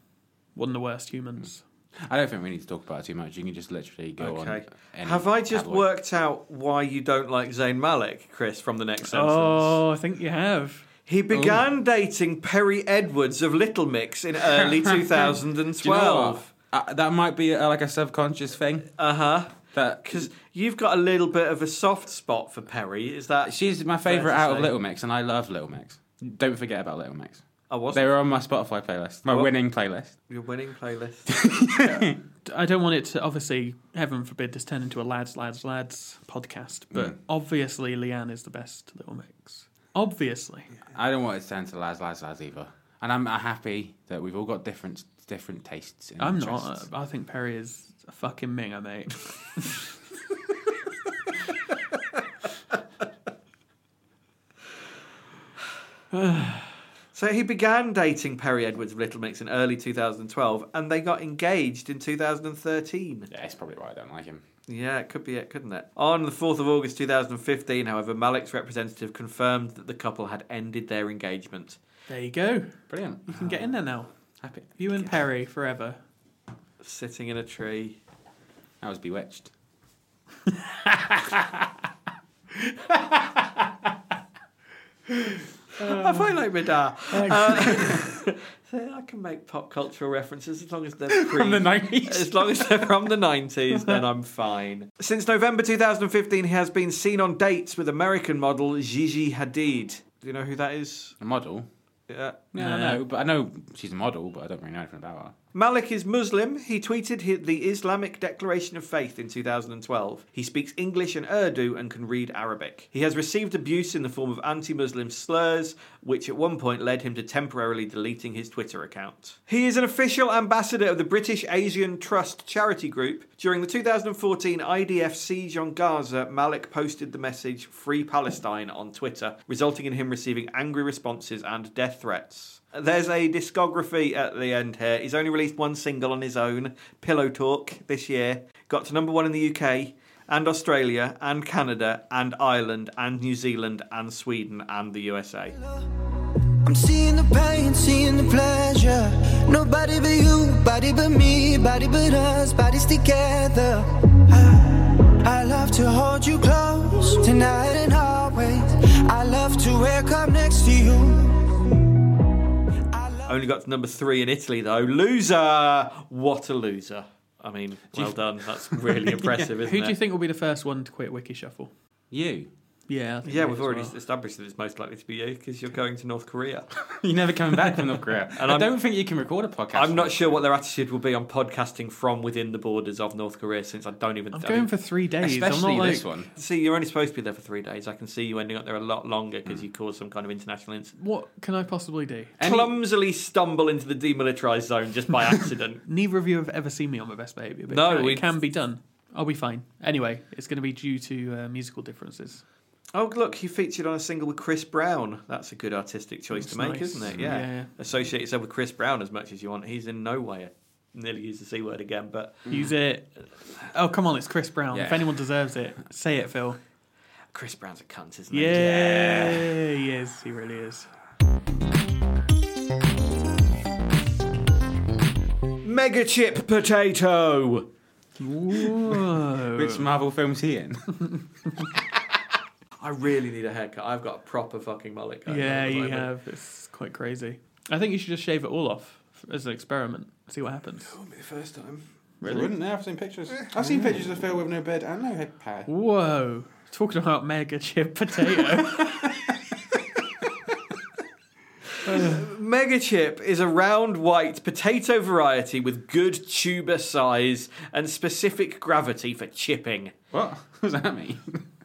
S1: One of the worst humans.
S2: I don't think we need to talk about it too much. You can just literally go on.
S3: Okay.
S2: any
S3: Have I just
S2: tabloid.
S3: worked out why you don't like Zayn Malik, Chris, from the next sentence?
S1: Oh, I think you have.
S3: He began dating Perry Edwards of Little Mix in
S2: [laughs]
S3: early 2012.
S2: Do you know what? Uh, that might be uh, like a subconscious thing.
S3: Uh huh.
S2: That
S3: Because you've got a little bit of a soft spot for Perry. Is that.
S2: She's my
S3: Fair
S2: favourite
S3: to
S2: out of
S3: say.
S2: Little Mix, and I love Little Mix. Don't forget about Little Mix.
S3: I
S2: They
S3: wasn't.
S2: were on my Spotify playlist, my
S3: What?
S2: winning playlist.
S3: Your winning playlist. [laughs]
S1: I don't want it to obviously, heaven forbid, this turn into a lads, lads, lads podcast. But
S3: Mm.
S1: obviously, Leanne is the best little mix. Obviously,
S2: I don't want it to turn to Laz Laz Laz either. And I'm uh, happy that we've all got different different tastes. And
S1: I'm
S2: interests.
S1: not. I think Perry is a fucking minger,
S3: [laughs]
S1: mate.
S3: So he began dating Perry Edwards of Little Mix in early 2012, and they got engaged in 2013.
S2: Yeah, it's probably why I don't like him.
S3: Yeah, it could be it, couldn't it? On the 4th of August 2015, however, Malik's representative confirmed that the couple had ended their engagement.
S1: There you go.
S2: [laughs] Brilliant.
S1: You can get in there now.
S3: Happy.
S1: You and Perry forever.
S3: Sitting in a tree.
S2: I was bewitched.
S3: I find [laughs] like Midar.
S1: [laughs]
S3: Uh, so I can make pop cultural references as long as they're pre-
S2: From the 90s.
S3: As long as they're from the 90s, then I'm fine. Since November 2015, he has been seen on dates with American model Gigi Hadid. Do you know who that is?
S2: A model?
S3: Yeah.
S2: No, no, no. But I know she's a model, but I don't really know anything about her.
S3: Malik is Muslim. He tweeted hi- the Islamic Declaration of Faith in 2012. He speaks English and Urdu and can read Arabic. He has received abuse in the form of anti Muslim slurs, which at one point led him to temporarily deleting his Twitter account. He is an official ambassador of the British Asian Trust charity group. During the 2014 IDF siege on Gaza, Malik posted the message Free Palestine on Twitter, resulting in him receiving angry responses and death threats. There's a discography at the end here. He's only released one single on his own, Pillow Talk, this year. Got to number one in the UK, and Australia, and Canada, and Ireland, and New Zealand, and Sweden, and the USA.
S4: I'm seeing the pain, seeing the pleasure. Nobody but you, body but me, body but us, bodies together. I, I love to hold you close tonight and always. I love to wake up next to you. I love
S3: Only got to number three in Italy, though. Loser! What a loser. I mean, well done.
S1: [laughs]
S3: That's really impressive, isn't
S1: Who do you
S3: it?
S1: think will be the first one to quit Wiki Shuffle?
S2: You.
S1: Yeah. I think
S3: yeah,
S1: me
S3: we've
S1: as
S3: already
S1: well.
S3: established that it's most likely to be you because you're going to North [laughs] Korea.
S2: [laughs] You're never coming back from North Korea. And I
S3: I'm-
S2: don't think you can record a podcast.
S3: I'm
S2: from
S3: not
S2: it.
S3: sure what their attitude will be on podcasting from within the borders of North Korea, since I don't even.
S1: I'm
S3: I
S1: going
S3: mean,
S1: for three days.
S2: Especially
S1: I'm not
S2: this
S1: like,
S2: one.
S3: See, you're only supposed to be there for three days. I can see you ending up there a lot longer because you caused some kind of international incident.
S1: What can I possibly do?
S2: Any-
S3: Clumsily stumble into the demilitarized zone just [laughs] by accident.
S1: Neither of you have ever seen me on my best behaviour, but
S3: No,
S1: it can,
S3: we-
S1: it can be done. I'll be fine. Anyway, it's going to be due to uh, musical differences.
S3: oh, look, he featured on a single with Chris Brown. That's a good artistic choice to
S1: That's
S3: make,
S1: nice.
S3: isn't it? Yeah.
S1: Yeah.
S3: Associate yourself with Chris Brown as much as you want. He's in no way. I nearly used the C word again, but
S1: Use it. Oh, come on, it's Chris Brown. If
S2: Yeah.
S1: anyone deserves it, say it,
S3: [laughs]
S1: Phil.
S3: Chris Brown's a cunt, isn't he?
S1: Yeah, he is. He really is.
S3: Mega chip potato.
S1: Whoa.
S2: Which Marvel film's he [laughs] in?
S3: I really need a haircut. I've got a proper fucking mullet. going on
S1: yeah,
S3: at the
S1: you
S3: moment.
S1: have. It's quite crazy. I think you should just shave it all off f- as an experiment. See what happens.
S3: Wouldn't be the first time.
S1: Really?
S2: Wouldn't they? I've seen pictures. I've seen pictures of Phil with no bed and no head pad.
S1: Whoa. Talking about mega chip [laughs]
S3: [laughs]
S1: potato.
S3: Megachip is a round white potato variety with good tuber size and specific gravity for chipping.
S2: What? [laughs] What does that mean?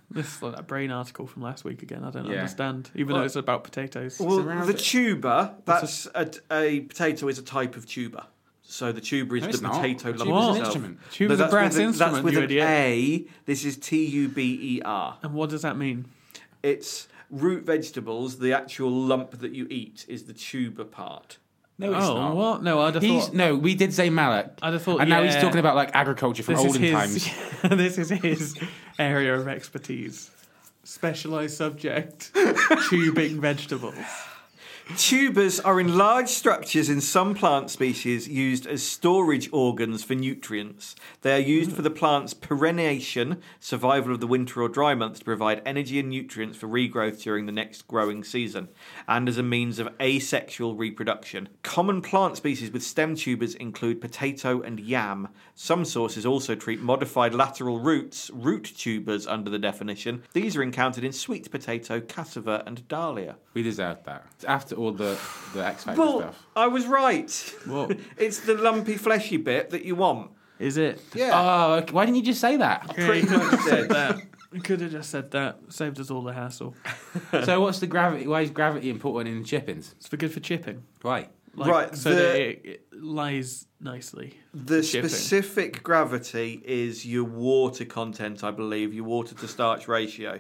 S1: this is like that brain article from last week again. I don't
S2: Yeah.
S1: understand. Even
S3: Well-
S1: though it's about potatoes.
S3: Well,
S2: round
S3: the
S2: it.
S3: tuber, that's a, a potato is a type of tuber. So the tuber is
S2: No,
S3: the
S2: it's not.
S3: potato
S2: Tuber's
S3: lump
S1: an
S3: itself.
S2: instrument.
S1: Tuber's a
S3: that's
S1: brass
S3: with That's
S1: instrument,
S3: with
S1: you
S3: an
S1: idiot.
S3: A. This is T U B E R.
S1: and what does that mean?
S3: It's root vegetables. The actual lump that you eat is the tuber part.
S2: No, it's
S1: oh,
S2: not.
S1: what? No, I'd have
S2: He's
S1: thought.
S2: no. We did say Malik.
S1: I'd have thought,
S2: and now he's
S1: yeah.
S2: talking about like agriculture from
S1: This is
S2: olden
S1: his.
S2: times.
S1: [laughs] this is his area of expertise. Specialized subject:
S2: [laughs]
S1: tubing vegetables.
S3: Tubers are enlarged structures in some plant species used as storage organs for nutrients. They are used for the plant's perenniation, survival of the winter or dry months, to provide energy and nutrients for regrowth during the next growing season, and as a means of asexual reproduction. Common plant species with stem tubers include potato and yam. Some sources also treat modified lateral roots, root tubers, under the definition. These are encountered in sweet potato, cassava, and dahlia.
S2: We deserved that. After all the the X Factor
S3: Well,
S2: stuff.
S3: I was right.
S1: What?
S3: [laughs] it's the lumpy, fleshy bit that you want.
S1: Is it?
S2: Oh, okay. why didn't you just say [laughs] that?
S1: Yeah,
S3: Pretty
S1: you
S3: much
S1: said
S3: said.
S1: that. You could have just said that. Saved us all the hassle.
S2: so what's the gravity? Why is gravity important in chippings?
S1: It's for good for chipping.
S2: Why?
S1: Like,
S3: Right,
S1: So
S3: the-
S1: that it, it lies nicely.
S3: [laughs] The
S1: Shipping.
S3: specific gravity is your water content, I believe, your water to starch ratio.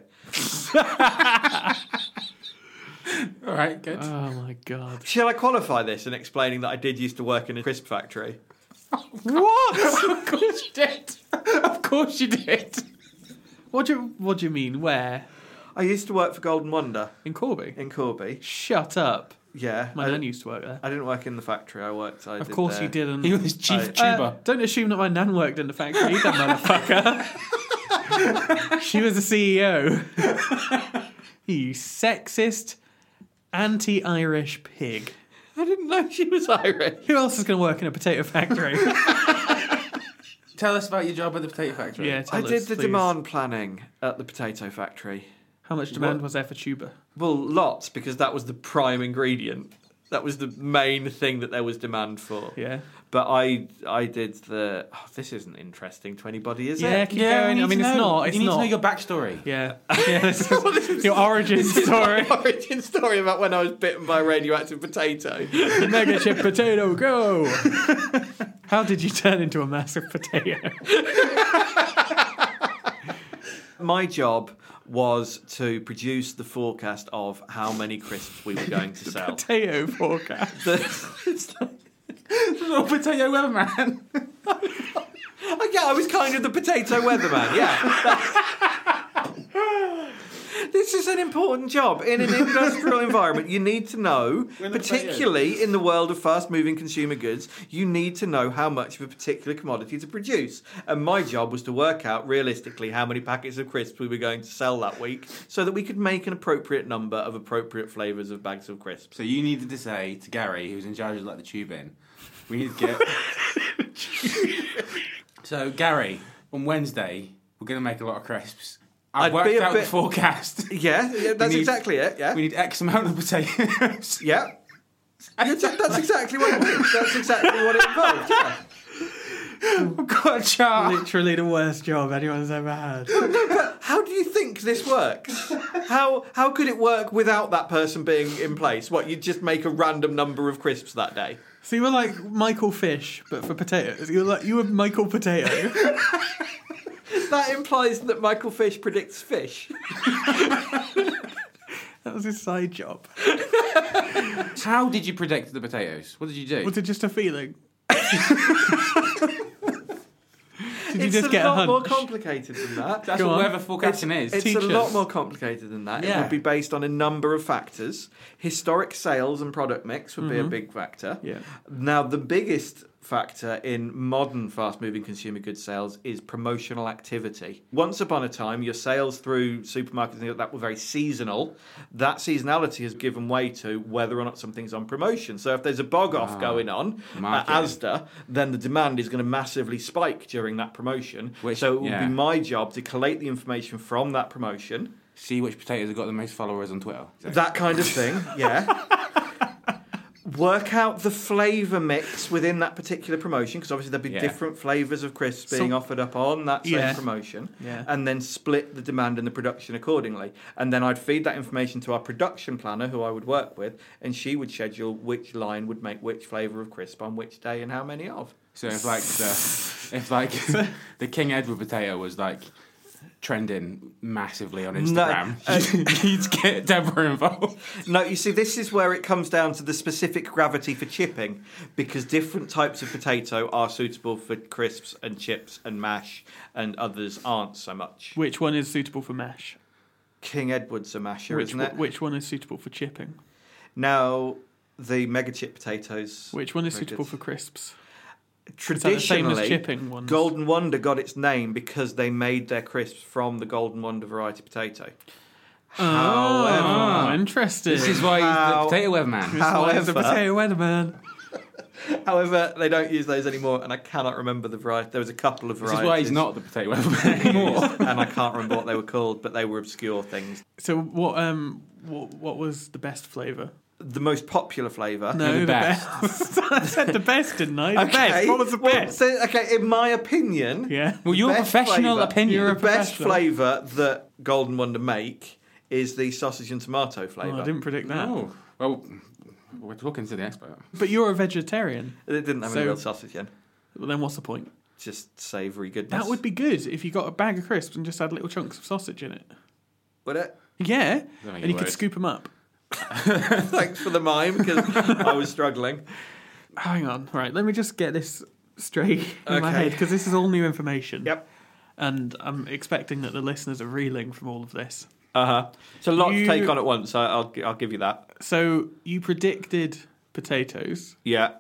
S2: All right, good.
S1: Oh my god.
S2: [laughs]
S3: Shall I qualify this in explaining that I did used to work in a crisp factory?
S1: [laughs] What?
S2: of course you did. Of course you did.
S1: What do you, what do you mean? Where?
S3: I used to work for Golden Wonder
S1: In Corby?
S3: in Corby.
S1: Shut up.
S3: Yeah.
S1: My
S2: Uh,
S3: I,
S1: nan used to work there.
S3: I didn't work in the factory. I worked. I
S1: Of course
S3: there.
S1: you didn't.
S2: He was chief
S3: I-
S2: tuber.
S1: Uh, don't assume that my nan worked in the factory either, motherfucker. [laughs] she was the CEO. [laughs] you sexist, anti Irish pig.
S3: I didn't know she was Irish.
S1: Who else is going to work in a potato [laughs] factory?
S2: Tell us about your job at the potato factory.
S1: yeah,
S3: I
S1: tell us,
S3: did the
S1: please.
S3: demand planning at the potato factory.
S1: How much demand was there for tuber?
S3: Well, lots because that was the prime ingredient. That was the main thing that there was demand for.
S1: Yeah.
S3: But I, I did the. Oh, this isn't interesting to anybody, is
S1: Yeah,
S3: it?
S1: keep going. I mean, it's not. It's
S2: you need
S1: not.
S2: to know your backstory.
S1: [laughs] Yeah. yeah this is your [laughs] origin story.
S3: [laughs] Origin story about when I was bitten by a radioactive potato.
S1: Mega chip potato, go! How did you turn into a massive potato?
S3: [laughs]
S1: [laughs]
S3: My job was to produce the forecast of how many crisps we were going to sell.
S1: Potato forecast.
S3: [laughs]
S2: Little potato weatherman. [laughs]
S3: Oh, yeah, I was kind of the potato weatherman. Yeah. this is an important job in an industrial environment. You need to know,
S2: the
S3: particularly in the world of fast-moving consumer goods, you need to know how much of a particular commodity to produce. And my job was to work out realistically how many packets of crisps we were going to sell that week, so that we could make an appropriate number of appropriate flavors of bags of crisps.
S2: So you needed to say to Gary, who's in charge of like the tube in, we need to get.
S3: [laughs]
S2: so Gary, on Wednesday, we're going to make a lot of crisps. I've
S3: I'd
S2: worked
S3: be a
S2: out the
S3: bit- [laughs]
S2: forecast.
S3: Yeah, yeah that's
S2: need-
S3: exactly it. Yeah.
S2: We need X amount of potatoes.
S3: Yeah. That's that's exactly what it means. That's exactly what it involved. Yeah.
S2: I've [laughs] got a chart.
S1: Literally the worst job anyone's ever had.
S3: How do you think this works? How how could it work without that person being in place? What you just make a random number of crisps that day?
S1: So you were like Michael Fish, but for potatoes. You were like you were Michael Potato. [laughs]
S3: That implies that Michael Fish predicts fish.
S1: that was his side job.
S2: How did you predict the potatoes? What did you do?
S1: Was it just a feeling? Did you
S3: it's
S1: just
S3: a
S1: get a
S3: lot
S1: hunch?
S3: more complicated than that.
S2: That's
S1: Go
S2: what
S1: on.
S2: weather forecasting is.
S3: It's
S1: Teach
S3: a lot
S1: us.
S3: more complicated than that. It
S2: Yeah.
S3: would be based on a number of factors. Historic sales and product mix would be a big factor.
S1: Yeah.
S3: Now, the biggest factor in modern fast moving consumer goods sales is promotional activity. Once upon a time, your sales through supermarkets and things like that were very seasonal. That seasonality has given way to whether or not something's on promotion. So if there's a bog off going on at
S2: marketing.
S3: Asda, then the demand is going to massively spike during that promotion.
S2: Which-
S3: so it would
S2: yeah.
S3: be my job to collate the information from that promotion,
S2: See which potatoes have got the most followers on Twitter.
S3: that kind of thing,
S2: [laughs]
S3: yeah. Work out the flavour mix within that particular promotion, because obviously there'll be
S2: Yeah.
S3: different flavours of crisps being
S1: So-
S3: offered up on that same
S1: Yeah.
S3: promotion,
S1: Yeah.
S3: and then split the demand and the production accordingly. And then I'd feed that information to our production planner, who I would work with, and she would schedule which line would make which flavour of crisp on which day and how many of.
S2: So if like
S3: [laughs]
S2: the if like [laughs] the King Edward potato was like trending massively on Instagram,
S3: Uh,
S2: you'd get Deborah involved.
S3: No, you see, this is where it comes down to the specific gravity for chipping, because different types of potato are suitable for crisps and chips and mash, and others aren't so much.
S1: Which one is suitable for mash?
S3: King Edward's a masher,
S1: Which,
S3: isn't it?
S1: one- which one is suitable for chipping?
S3: now, the mega chip potatoes.
S1: Which one is
S3: Very
S1: suitable
S3: good.
S1: for crisps?
S3: Traditionally,
S1: same as chipping ones?
S3: Golden Wonder got its name because they made their crisps from the Golden Wonder variety potato. Ah.
S1: Oh, interesting.
S2: This is why
S3: How-
S2: he's the potato weatherman.
S1: Why is the
S3: However-
S1: potato weatherman.
S3: However, they don't use those anymore, and I cannot remember the variety. There was a couple of
S2: This
S3: varieties.
S2: is why he's not the
S3: [laughs]
S2: potato weatherman anymore.
S3: and I can't remember what they were called, but they were obscure things.
S1: So what? Um, what, what was the best flavour?
S3: The most popular flavour.
S1: No,
S2: the
S1: the best. [laughs] I said the best, didn't I? The best. What was the
S3: well,
S1: best?
S3: so- okay, in my opinion,
S1: yeah.
S2: Well, your
S3: best
S2: professional
S3: flavour-
S2: opinion.
S1: You're a
S3: the best
S1: professional.
S3: flavour that Golden Wonder make is the sausage and tomato flavour.
S1: Oh, I didn't predict that.
S2: Oh, well, we're talking to the expert.
S1: But you're a vegetarian.
S3: It didn't have
S1: So-
S3: any real sausage in.
S1: Well, then what's the point?
S3: Just savoury goodness.
S1: That would be good if you got a bag of crisps and just had little chunks of sausage in it.
S3: Would it?
S1: Yeah,
S2: Don't
S1: and
S2: make it
S1: you could
S2: worse.
S1: scoop them up.
S3: Thanks for the mime because I was struggling.
S1: [laughs] Hang on, right? Let me just get this straight [laughs] in my
S3: Okay.
S1: head because this is all new information.
S3: Yep.
S1: And I'm expecting that the listeners are reeling from all of this.
S3: Uh huh. It's a lot
S1: You-
S3: to take on at once. I, I'll I'll give you that.
S1: So you predicted potatoes
S3: Yeah,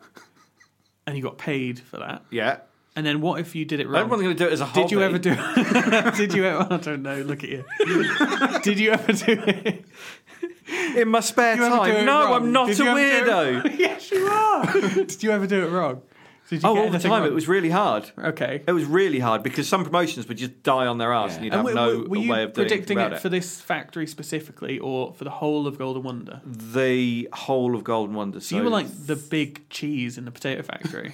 S1: and you got paid for that.
S3: yeah.
S1: And then what if you did it wrong?
S3: Everyone's going to do it as a hobby.
S1: Did you ever do? [laughs] did you ever? I don't know. Look at you. [laughs] did you ever do it?
S3: in my spare
S1: You ever do it
S3: time? No,
S1: wrong?
S3: I'm not
S1: Did
S3: a
S1: you ever do it- [laughs]
S3: weirdo.
S1: yes, you are. did you ever do it wrong? Did you
S3: Oh,
S1: get
S3: all the
S1: anything
S3: time.
S1: wrong?
S3: It was really hard.
S1: okay.
S3: It was really hard because some promotions would just die on their ass,
S2: Yeah.
S3: and you'd
S1: And
S3: have
S1: were,
S3: no
S1: were you
S3: way of doing
S1: predicting
S3: about
S1: it for this factory specifically, or for the whole of Golden Wonder? So,
S3: the whole of Golden Wonder. So
S1: you were like "Hmm, the big cheese in the potato
S3: [laughs]
S1: factory.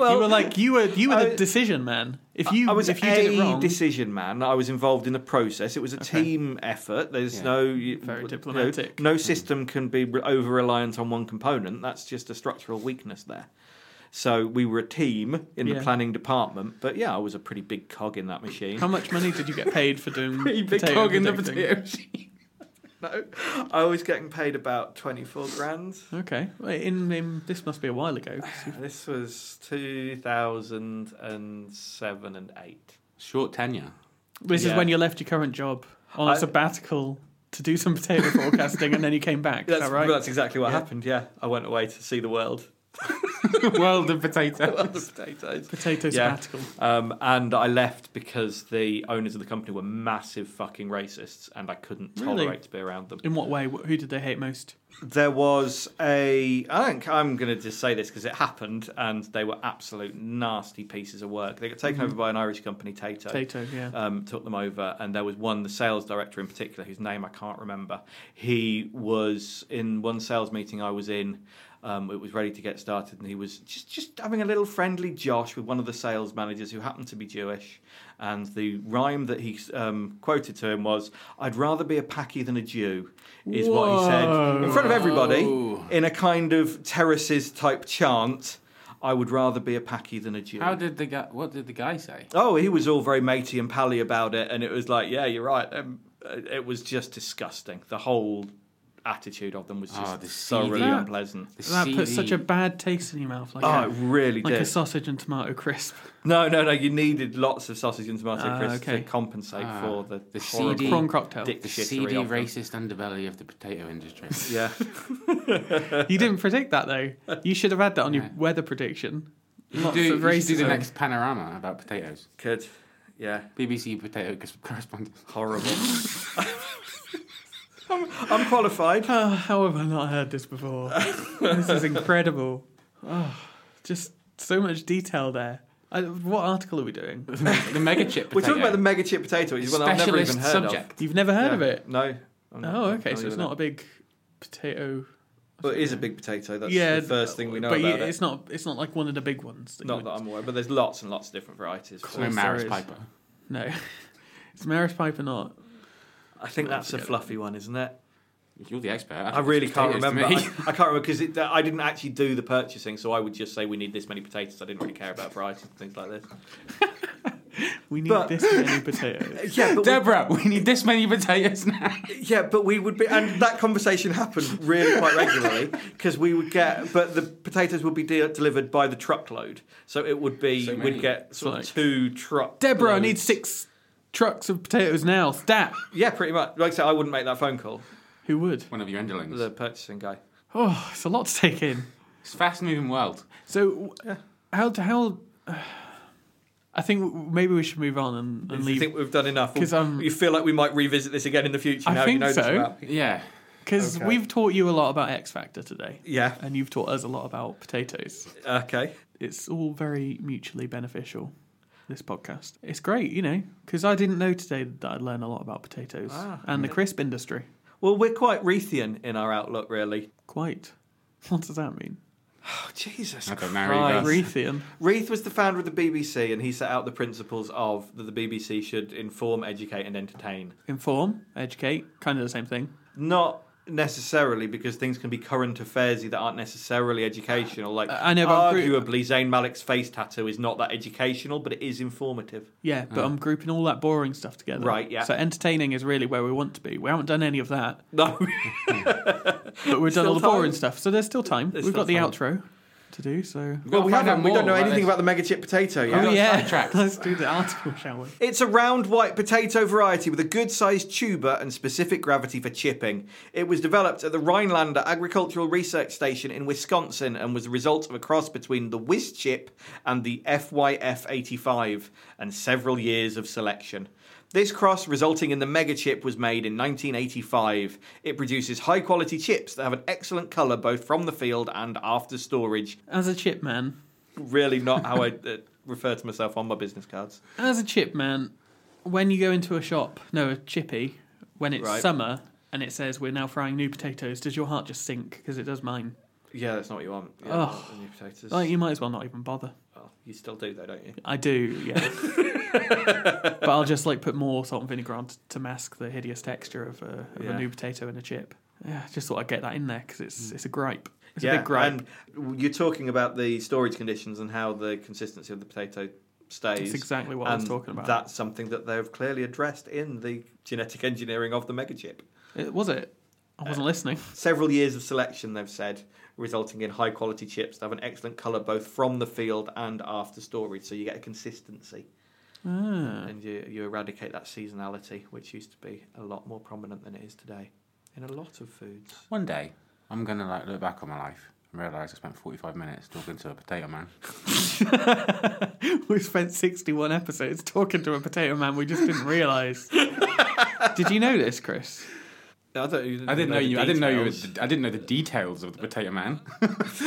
S3: well,
S1: you were like you were you were the
S3: I-
S1: decision man. If you
S3: I was
S1: if you
S3: a
S1: did it wrong,
S3: decision man. I was involved in the process. It was a team effort. There's
S2: Yeah.
S3: no you-
S1: Very
S3: you know,
S1: diplomatic.
S3: No, system can be over reliant on one component. That's just a structural weakness there. So we were a team in the
S1: Yeah.
S3: planning department, but yeah, I was a pretty big cog in that machine.
S1: how much money did you get paid for
S3: [laughs]
S1: doing
S2: Big
S1: potato
S2: cog in the
S1: predicting?
S2: potato machine.
S3: No, [laughs] I was getting paid about twenty four grand.
S1: Okay, Well, in, in this must be a while ago.
S3: This was two thousand and seven and eight.
S2: Short tenure.
S1: This
S3: Yeah.
S1: is when you left your current job on
S3: I-
S1: a sabbatical to do some potato forecasting, and then you came back. Is
S3: That's
S1: that right?
S3: That's exactly what happened. Yeah, I went away to see the world.
S2: World of potato.
S3: World [laughs] of potatoes.
S1: Potato
S3: Yeah.
S1: sabbatical.
S3: Um, and I left because the owners of the company were massive fucking racists, and I couldn't
S1: Really?
S3: tolerate to be around them.
S1: In what way? Wh- Who did they hate most?
S3: There was a. I think I'm going to just say this because it happened, and they were absolute nasty pieces of work. They got taken over by an Irish company, Mm-hmm. Tato.
S1: Potato. Yeah.
S3: um, took them over, and there was one, the sales director in particular, whose name I can't remember. He was in one sales meeting I was in. Um, it was ready to get started, and he was just just having a little friendly josh with one of the sales managers who happened to be Jewish. And the rhyme that he um, quoted to him was, "I'd rather be a packy than a Jew," is what he said in front of everybody in a kind of terraces type chant. I would rather be a packy than a Jew.
S2: How did the guy? What did the guy say?
S3: Oh, he was all very matey and pally about it, and it was like, yeah, you're right. Um, it was just disgusting. The whole attitude of them was just
S2: Oh, the
S3: thoroughly
S2: seedy-
S3: unpleasant.
S2: The
S1: that puts
S2: CV
S1: such a bad taste in your mouth, like
S3: Oh,
S1: a,
S3: it really
S1: like a
S3: did.
S1: sausage and tomato
S3: [laughs]
S1: crisp.
S3: no, no, no. You needed lots of sausage and tomato
S1: Ah,
S3: crisps
S1: okay.
S3: to compensate
S2: Ah,
S3: for the,
S2: the
S3: horrible
S2: seedy-
S1: Prawn cocktail.
S3: dick
S2: The
S3: shittery
S2: seedy
S3: of them.
S2: racist underbelly of the potato [laughs] industry.
S3: Yeah,
S1: You didn't predict that though. You should have had that on your weather prediction.
S2: You
S1: Lots
S2: do,
S1: of
S2: you should do the
S1: racism.
S2: next panorama about potatoes.
S3: kid. Yeah,
S2: BBC potato cor- correspondent.
S3: horrible. [laughs] I'm, I'm qualified.
S1: Oh, how have I not heard this before? this is
S3: [laughs]
S1: incredible. Oh, just so much detail there. I, what article are we doing?
S2: [laughs] The mega chip.
S3: We're talking about the mega chip potato, which is one I've never
S2: specialist
S3: even heard
S2: subject.
S1: You've never
S3: of.
S1: heard
S3: Yeah.
S1: of it?
S3: No. I'm not-
S1: Oh, okay.
S3: I'm
S1: So it's
S3: even-
S1: not a big potato.
S3: Well, it is a big potato. That's
S1: yeah,
S3: the first thing we know
S1: But
S3: about
S1: you-
S3: it.
S1: it's not. It's not like one of the big ones. That you
S3: Not
S1: would-
S3: that I'm aware, but there's lots and lots of different varieties.
S2: It's no
S1: course there
S2: Maris
S1: is.
S2: Piper.
S1: No, [laughs] it's Maris Piper not.
S3: I think that's a
S1: forget
S3: fluffy one, isn't it?
S2: You're the expert.
S3: I really
S2: It's
S3: can't
S2: potatoes to
S3: remember. I,
S2: [laughs] me.
S3: I can't remember because I didn't actually do the purchasing, so I would just say we need this many potatoes. I didn't really care about varieties and things like this.
S1: We need
S3: But-
S1: this many [laughs] potatoes.
S3: Uh, Yeah, but
S2: Deborah, [laughs] we need this many potatoes now. [laughs]
S3: we, yeah, but we would be, and that conversation happened really quite regularly because we would get, but the potatoes would be de- delivered by the truckload, so it would be
S2: So many.
S3: we'd get sort
S1: It's
S3: of
S1: like-
S3: two truck.
S1: Deborah, I
S3: loads.
S1: need six trucks of potatoes now. Stat.
S3: Yeah, pretty much. Like I said, I wouldn't make that phone call.
S1: [laughs] Who would?
S2: One of your underlings.
S3: The purchasing guy.
S1: Oh, it's a lot to take in.
S2: It's a fast-moving world.
S1: So, how to how? I think maybe we should move on and, and
S3: I think
S1: leave
S3: we've done enough.
S1: 'Cause, um,
S3: you feel like we might revisit this again in the future.
S1: I
S3: now you
S1: think
S3: know this
S1: so.
S3: about-
S2: Yeah.
S1: because
S3: Okay.
S1: we've taught you a lot about X Factor today,
S3: Yeah.
S1: and you've taught us a lot about potatoes.
S3: Okay.
S1: It's all very mutually beneficial. This podcast, it's great, you know, because I didn't know today that I'd learn a lot about potatoes
S3: Ah.
S1: and the crisp industry.
S3: Well, we're quite Wreathian in our outlook, really.
S1: Quite. What does that mean?
S3: Oh, Jesus
S2: I don't know,
S3: Christ. Wreath.
S2: Reeve.
S1: Wreathian.
S3: Wreath was the founder of the BBC, and he set out the principles of that the BBC should inform, educate, and entertain.
S1: Inform, educate, kind of the same thing.
S3: Not necessarily because things can be current affairsy that aren't necessarily educational. Like,
S1: I- I know, but I'm pre-
S3: arguably, Zayn Malik's face tattoo is not that educational, but it is informative.
S1: Yeah, but I'm grouping all that boring stuff together.
S3: Right, yeah.
S1: So entertaining is really where we want to be. We haven't done any of that,
S3: No. [laughs]
S1: but we've done
S3: Still
S1: all the boring
S3: time.
S1: stuff. So there's still time.
S3: There's
S1: We've
S3: still
S1: got the
S3: time.
S1: outro. to do. So
S2: We've
S3: Well,
S2: gotta
S3: we
S2: find out
S3: haven't. We don't know
S2: more
S3: anything
S2: this.
S3: about the mega chip potato yet.
S2: Oh,
S1: oh
S2: yeah.
S1: yeah, [laughs]
S2: sidetracked.
S1: let's do the article, shall we?
S3: It's a round white potato variety with a good sized tuber and specific gravity for chipping. It was developed at the Rhinelander Agricultural Research Station in Wisconsin and was the result of a cross between the Whiz chip and the FYF 85 and several years of selection. This cross, resulting in the mega chip, was made in 1985. It produces high quality chips that have an excellent colour both from the field and after storage.
S1: As a chip man,
S3: Really, not how I uh, refer to myself on my business cards.
S1: as a chip man, when you go into a shop, no, a chippy, when it's
S3: Right.
S1: summer and it says we're now frying new potatoes, does your heart just sink? Because it does mine.
S3: Yeah, that's not what you want. Yeah,
S1: Ugh.
S3: new potatoes.
S1: Like you might as well not even bother.
S3: Well, you still do though, don't you?
S1: I do, [laughs] yeah. but I'll just like put more salt and vinegar on t- to mask the hideous texture of, a, of
S3: Yeah.
S1: a new potato and a chip. Yeah, I just thought I'd get that in there because it's it's a gripe. It's
S3: yeah,
S1: a big gripe.
S3: and you're talking about the storage conditions and how the consistency of the potato stays.
S1: That's exactly what I was
S3: and
S1: talking about.
S3: That's something that they've clearly addressed in the genetic engineering of the megachip.
S1: It- Uh, was it? I wasn't listening.
S3: Several years of selection, they've said, resulting in high quality chips that have an excellent colour both from the field and after storage. So you get a consistency
S1: Ah.
S3: and you, you eradicate that seasonality, which used to be a lot more prominent than it is today in a lot of foods.
S2: One day, I'm gonna like look back on my life and realise I spent 45 minutes talking to a potato man.
S1: [laughs] we spent 61 episodes talking to a potato man we just [laughs] didn't realise. Did you know this, Chris?
S3: No, I, thought you
S2: I didn't know
S3: the
S2: you. I didn't know you.
S3: details.
S2: I didn't know the details of the potato man. [laughs]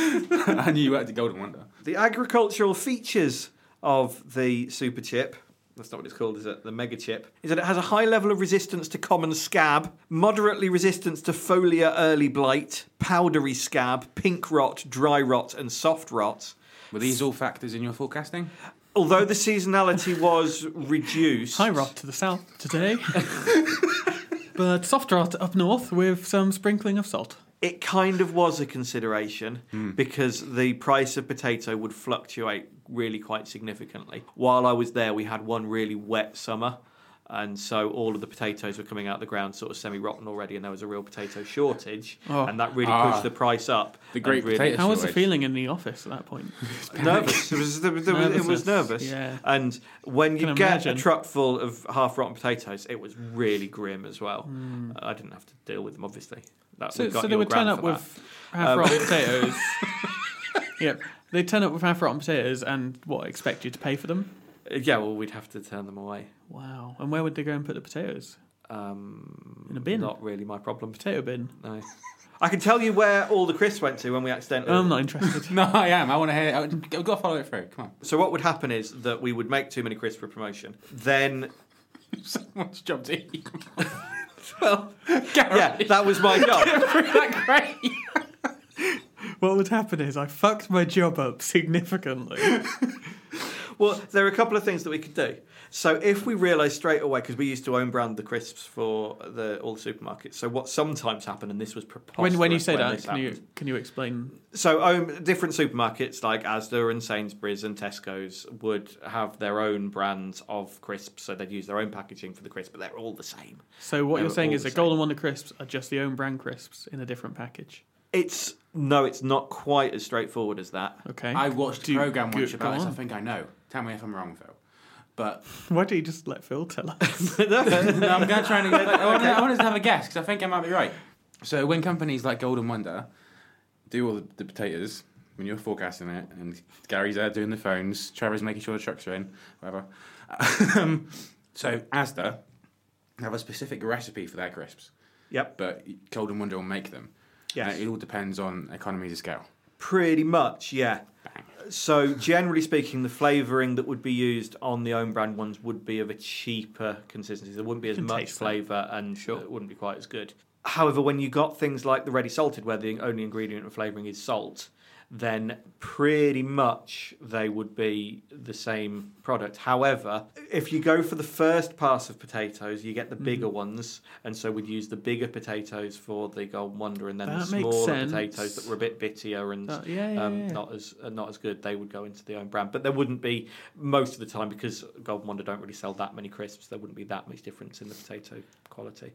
S2: I knew you worked at Golden Wonder.
S3: The agricultural features of the super chip, that's not what it's called, is it? The mega chip, is that it has a high level of resistance to common scab, moderately resistance to foliar early blight, powdery scab, pink rot, dry rot, and soft rot.
S2: Were these all factors in your forecasting?
S3: Although the seasonality [laughs] was reduced.
S1: High rot to the south [laughs] today. but soft rot up north with some sprinkling of salt.
S3: it kind of was a consideration because the price of potato would fluctuate really quite significantly. While I was there, we had one really wet summer, and so all of the potatoes were coming out of the ground sort of semi rotten already, and there was a real potato shortage,
S1: Oh.
S3: and that really
S2: Ah.
S3: pushed the price up.
S2: The
S3: and
S2: great
S3: really
S2: potato
S1: How was the
S2: shortage.
S1: feeling in the office at that point?
S3: [laughs] nervous. It was, there was- there was- it was nervous.
S1: Nervousness, yeah.
S3: And when you
S1: Can
S3: get
S1: imagine.
S3: a truck full of half rotten potatoes, it was really grim as well. I didn't have to deal with them, obviously. That,
S1: Hmm. So,
S3: we got
S1: so they
S3: your
S1: would turn
S3: gran
S1: up
S3: for that.
S1: with half rotten potatoes. yep. They turn up with half rotten potatoes and what, expect you to pay for them?
S3: Uh, Yeah, well, we'd have to turn them away.
S1: Wow. And where would they go and put the potatoes?
S3: Um,
S1: In a bin.
S3: Not really my problem.
S1: Potato bin.
S3: No. I can tell you where all the Chris went to when we accidentally.
S1: I'm not
S2: [laughs]
S1: interested.
S2: No, I am. I want to hear. I, I've got to follow it through. Come
S3: So what would happen is that we would make too many Chris for promotion.
S1: [laughs]
S3: Then,
S2: on. [laughs] Someone's job to eat.
S3: [laughs] well, yeah,
S2: [laughs] Gary.
S3: that was
S1: [laughs]
S3: my job.
S2: [laughs] that great.
S1: what would happen is I fucked my job up significantly.
S3: well, there are a couple of things that we could do. So if we realised straight away, because we used to own brand the crisps for the all the supermarkets. So what sometimes happened, and this was preposterous.
S1: [laughs] when when you say that,
S3: this
S1: can
S3: happened.
S1: you can you explain?
S3: so um, different supermarkets like Asda and Sainsbury's and Tesco's would have their own brands of crisps, so they'd use their own packaging for the crisp, but they're all the same.
S1: So what
S3: They
S1: you're
S3: were
S1: saying
S3: all
S1: is
S3: the
S1: the Golden Wonder crisps are just the own brand crisps in a different package.
S3: It's no, it's not quite as straightforward as that.
S1: Okay.
S2: I watched
S1: Do
S2: a
S1: you-
S2: program
S1: go-
S2: once
S1: go
S2: about this. I
S1: on.
S2: think I know. Tell me if I'm wrong, Phil. But
S1: [laughs] Why don't you just let Phil tell us?
S2: no, I'm going to try and. I want to, I want to have a guess because I think I might be right. So when companies like Golden Wonder do all the, the potatoes, when you're forecasting it, and Gary's there doing the phones, Trevor's making sure the trucks are in, whatever. Um, so Asda have a specific recipe for their crisps,
S3: Yep,
S2: but Golden Wonder will make them.
S3: Yes.
S2: And it all depends on economies of scale.
S3: pretty much, yeah. So generally speaking, the flavouring that would be used on the own brand ones would be of a cheaper consistency. There wouldn't be as
S1: can
S3: much
S1: taste that.
S3: flavour, and it wouldn't be quite as good. However, when you got things like the ready salted, where the only ingredient and flavouring is salt, then pretty much they would be the same product. However, if you go for the first pass of potatoes, you
S1: Mm-hmm.
S3: get the bigger ones, and so we'd use the bigger potatoes for the Golden Wonder, and then the
S1: That makes
S3: smaller
S1: sense.
S3: potatoes that were a bit bittier and
S1: That- yeah, yeah,
S3: um,
S1: yeah.
S3: not as uh, not as good. They would go into the own brand, but there wouldn't be most of the time because Golden Wonder don't really sell that many crisps. There wouldn't be that much difference in the potato quality.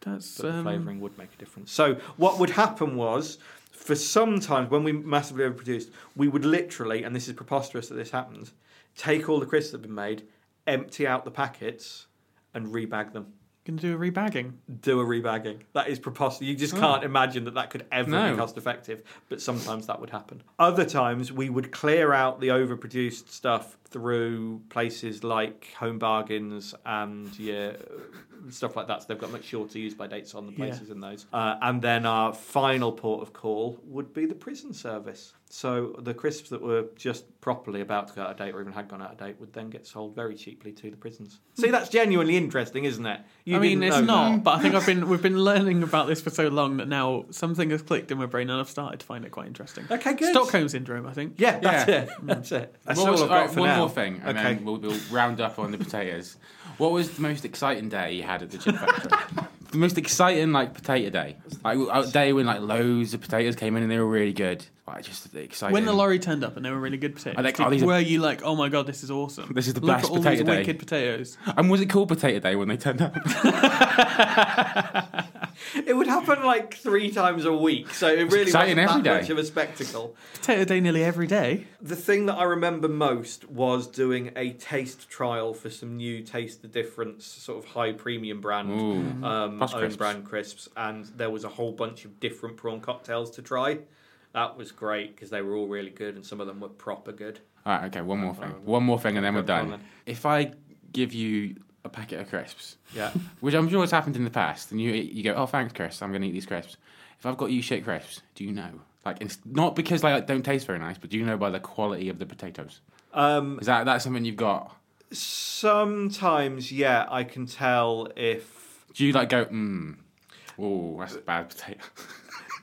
S1: That's
S5: but the
S1: um,
S5: flavouring would make a difference.
S3: So what would happen was, for sometimes when we massively overproduced, we would literally, and this is preposterous that this happens, take all the crisps that have been made, empty out the packets, and rebag them.
S1: Gonna do a rebagging.
S3: Do a rebagging. That is preposterous. You just
S1: Oh.
S3: can't imagine that that could ever
S2: No.
S3: be cost effective. But sometimes that would happen. Other times we would clear out the overproduced stuff through places like Home Bargains and yeah, stuff like that. So they've got much shorter use by dates on the
S1: Yeah.
S3: places in those. Uh, and then our final port of call would be the prison service. So the crisps that were just properly about to go out of date or even had gone out of date would then get sold very cheaply to the prisons. See, that's genuinely interesting, isn't it? You
S1: I mean,
S3: didn't
S1: it's
S3: know that.
S1: not, but I think I've been we've been learning about this for so long that now something has clicked in my brain, and I've started to find it quite interesting.
S3: Okay, good.
S1: Stockholm syndrome, I think.
S3: Yeah, that's
S2: Yeah.
S3: it. That's it. That's
S2: What was-
S3: all I've
S2: all
S3: got
S2: right,
S3: for
S2: one
S3: now.
S2: more thing, and
S3: Okay.
S2: then we'll, we'll round up on the potatoes. What was the most exciting day you had
S3: [laughs]
S2: at the chip factory? the most exciting, like potato day, like a day when like loads of potatoes came in and they were really good. Like just exciting.
S1: When the lorry turned up and they were really good potatoes,
S2: I think,
S1: did-
S2: oh, these are-
S1: were you like, "Oh my god, this is awesome!
S2: This is the
S1: Look
S2: best
S1: at all
S2: potato
S1: these
S2: day."
S1: wicked potatoes."
S2: and was it called potato day when they turned up? [laughs]
S3: It would happen like three times a week, so it really
S2: exciting
S3: wasn't that
S2: every day.
S3: much of a spectacle.
S1: Potato day nearly every day.
S3: The thing that I remember most was doing a taste trial for some new Taste the Difference sort of high premium brand,
S2: Ooh. Mm-hmm.
S3: um,
S2: Plus
S3: own
S2: crisps.
S3: brand crisps, and there was a whole bunch of different prawn cocktails to try. That was great because they were all really good, and some of them were proper good.
S2: All right, okay, one more thing, one more thing, and then we're
S3: Go on
S2: done.
S3: then.
S2: If I give you a packet of crisps,
S3: Yeah,
S2: which I'm sure has happened in the past, and you you go, oh thanks, Chris, I'm gonna eat these crisps. If I've got you shit crisps, do you know? Like, it's not because they like, don't taste very nice, but do you know by the quality of the potatoes?
S3: um,
S2: Is that that's something you've got?
S3: [laughs] sometimes yeah, I can tell if
S2: Do you like go, hmm, oh, that's a bad potato? [laughs]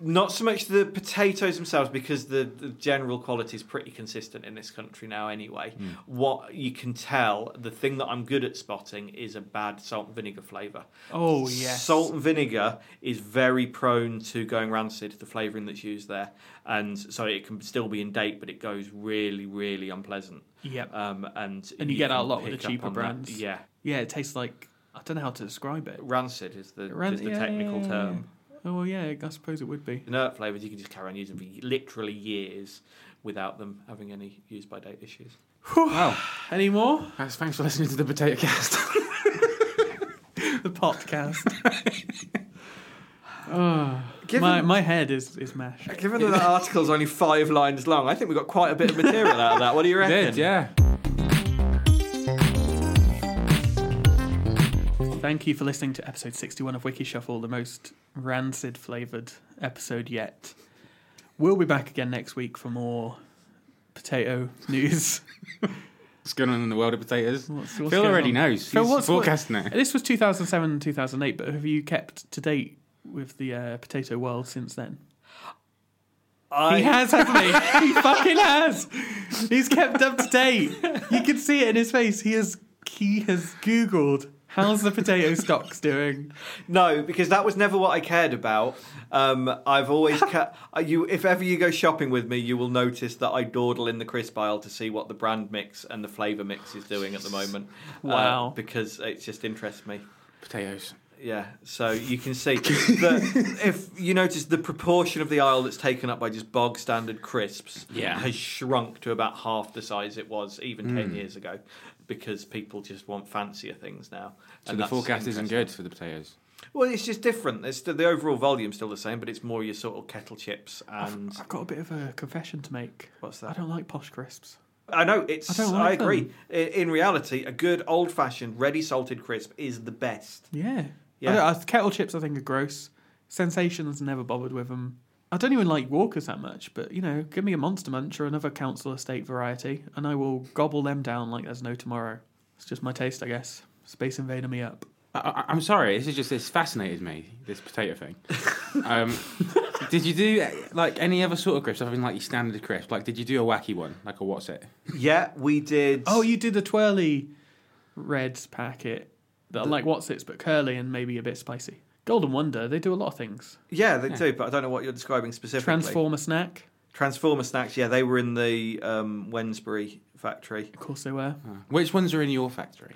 S3: Not so much the potatoes themselves, because the, the general quality is pretty consistent in this country now, anyway.
S1: Hmm.
S3: What you can tell, the thing that I'm good at spotting is a bad salt and vinegar flavour.
S1: Oh yes,
S3: Salt and vinegar is very prone to going rancid, the flavouring that's used there. And so it can still be in date, but it goes really, really unpleasant.
S1: Yep.
S3: Um, and,
S1: And you get that a
S3: can
S1: lot with the
S3: pick up
S1: cheaper
S3: on that.
S1: brands.
S3: Yeah.
S1: yeah, it tastes like I don't know how to describe it.
S3: Rancid is the,
S1: Ran-
S3: is the
S1: yeah,
S3: technical
S1: yeah, yeah,
S3: term.
S1: yeah. Oh well, yeah, I suppose it would be.
S3: inert flavors you can just carry on using for literally years without them having any use by date issues.
S2: wow,
S1: Any more?
S2: Guys, thanks for listening to the potato cast.
S1: The podcast. oh, my my head is is mashed.
S3: Given that that article's only five lines long, I think we got quite a bit of material out of that. What do you reckon?
S2: [laughs] Did yeah.
S1: Thank you for listening to episode 61 of Wiki Shuffle, the most rancid flavoured episode yet. We'll be back again next week for more potato [laughs] news.
S2: What's going on in the world of potatoes?
S1: What's- what's
S2: Phil
S1: going
S2: already
S1: on?
S2: knows.
S1: Phil,
S2: He's
S1: what's- what-
S2: forecasting it.
S1: this was 2007 and 2008, but have you kept to date with the uh, potato world since then?
S3: I,
S1: He has, hasn't he? he fucking has. He's kept up to date. You can see it in his face. He has he has googled how's the potato stocks doing.
S3: No, because that was never what I cared about. Um, I've
S2: [laughs]
S3: always ca- uh, you. If ever you go shopping with me, you will notice that I dawdle in the crisp aisle to see what the brand mix and the flavour mix is doing at the moment. uh,
S1: Wow.
S3: because it just interests me.
S2: Potatoes.
S3: Yeah, so you can see that if you notice the proportion of the aisle that's taken up by just bog standard crisps
S2: Yeah.
S3: has shrunk to about half the size it was even 10 years ago because people just want fancier things now.
S2: So
S3: And
S2: the
S3: that's
S2: forecast isn't
S3: interesting.
S2: good for the potatoes.
S3: Well, it's just different. It's the, the overall volume's still the same, but it's more your sort of kettle chips and
S1: I've got a bit of a confession to make.
S3: what's
S1: I
S3: that?
S1: don't like posh crisps.
S3: I know it's.
S1: I
S3: I,
S1: don't like
S3: agree.
S1: them.
S3: I- In reality, a good old fashioned ready salted crisp is the best.
S1: Yeah.
S3: Yeah.
S1: I don't, I, kettle chips, I think, are gross. Sensations, never bothered with them. I don't even like Walkers that much, but you know, give me a Monster Munch or another Council Estate variety, and I will gobble them down like there's no tomorrow. It's just my taste, I guess. Space Invader me up.
S2: I, I, I'm sorry. This is just this fascinated me. This potato thing.
S1: [laughs]
S2: um, did you do like any other sort of crisps? I mean, like your standard crisp. Like, did you do a wacky one? Like a what's it?
S3: Yeah, we did.
S1: Oh, you did the twirly red packet that are like what's its but curly and maybe a bit spicy. Golden Wonder, they do a lot of things.
S3: Yeah, they do, but I don't know what you're describing specifically.
S1: Transformer snack,
S3: Transformer snacks, yeah, they were in the um, Wensbury factory.
S1: of course they were.
S2: Which ones are in your factory?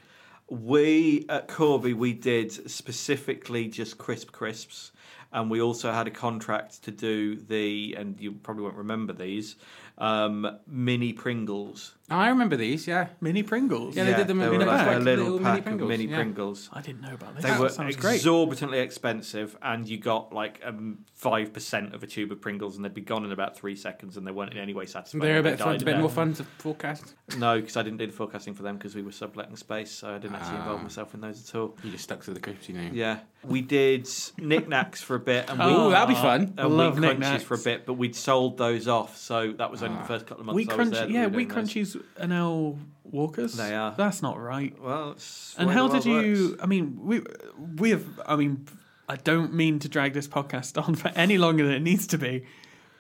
S3: We at Corby we did specifically just crisp crisps, and we also had a contract to do the and you probably won't remember these um, mini Pringles.
S2: Oh, I remember these, yeah.
S1: Mini Pringles.
S2: Yeah, they did them
S3: they
S2: in
S3: were
S2: a
S3: like
S2: bag,
S3: a
S2: like
S3: little,
S2: little mini
S3: pack of
S2: Pringles,
S3: mini
S2: yeah.
S3: Pringles.
S1: I didn't know about this.
S3: They
S1: that
S3: were
S1: sounds great.
S3: exorbitantly expensive, and you got like um, five percent of a tube of Pringles, and they'd be gone in about three seconds, and they weren't in any way satisfying.
S2: They're a
S3: They
S2: bit, fun,
S3: died
S2: a bit
S3: out.
S2: more fun to forecast.
S3: No, because I didn't do the forecasting for them because we were subletting space, so I didn't actually involve
S2: Ah.
S3: myself in those at all.
S2: You just stuck to the crisps, you know.
S3: Yeah, we did knickknacks for a bit, and we
S2: Oh, that'd be fun.
S3: and
S1: love
S3: wheat crunchies
S1: knickknacks.
S3: for a bit, but we'd sold those off, so that was only the first couple of months.
S1: Wheat
S3: I was there
S1: crunch,
S3: that
S1: yeah,
S3: we were
S1: wheat
S3: doing those.
S1: crunchies are now walkers.
S3: They are.
S1: That's not right.
S3: Well, it's the
S1: and
S3: way
S1: how
S3: the
S1: did
S3: world
S1: you?
S3: works.
S1: I mean, we we have. I mean, I don't mean to drag this podcast on for any longer than it needs to be,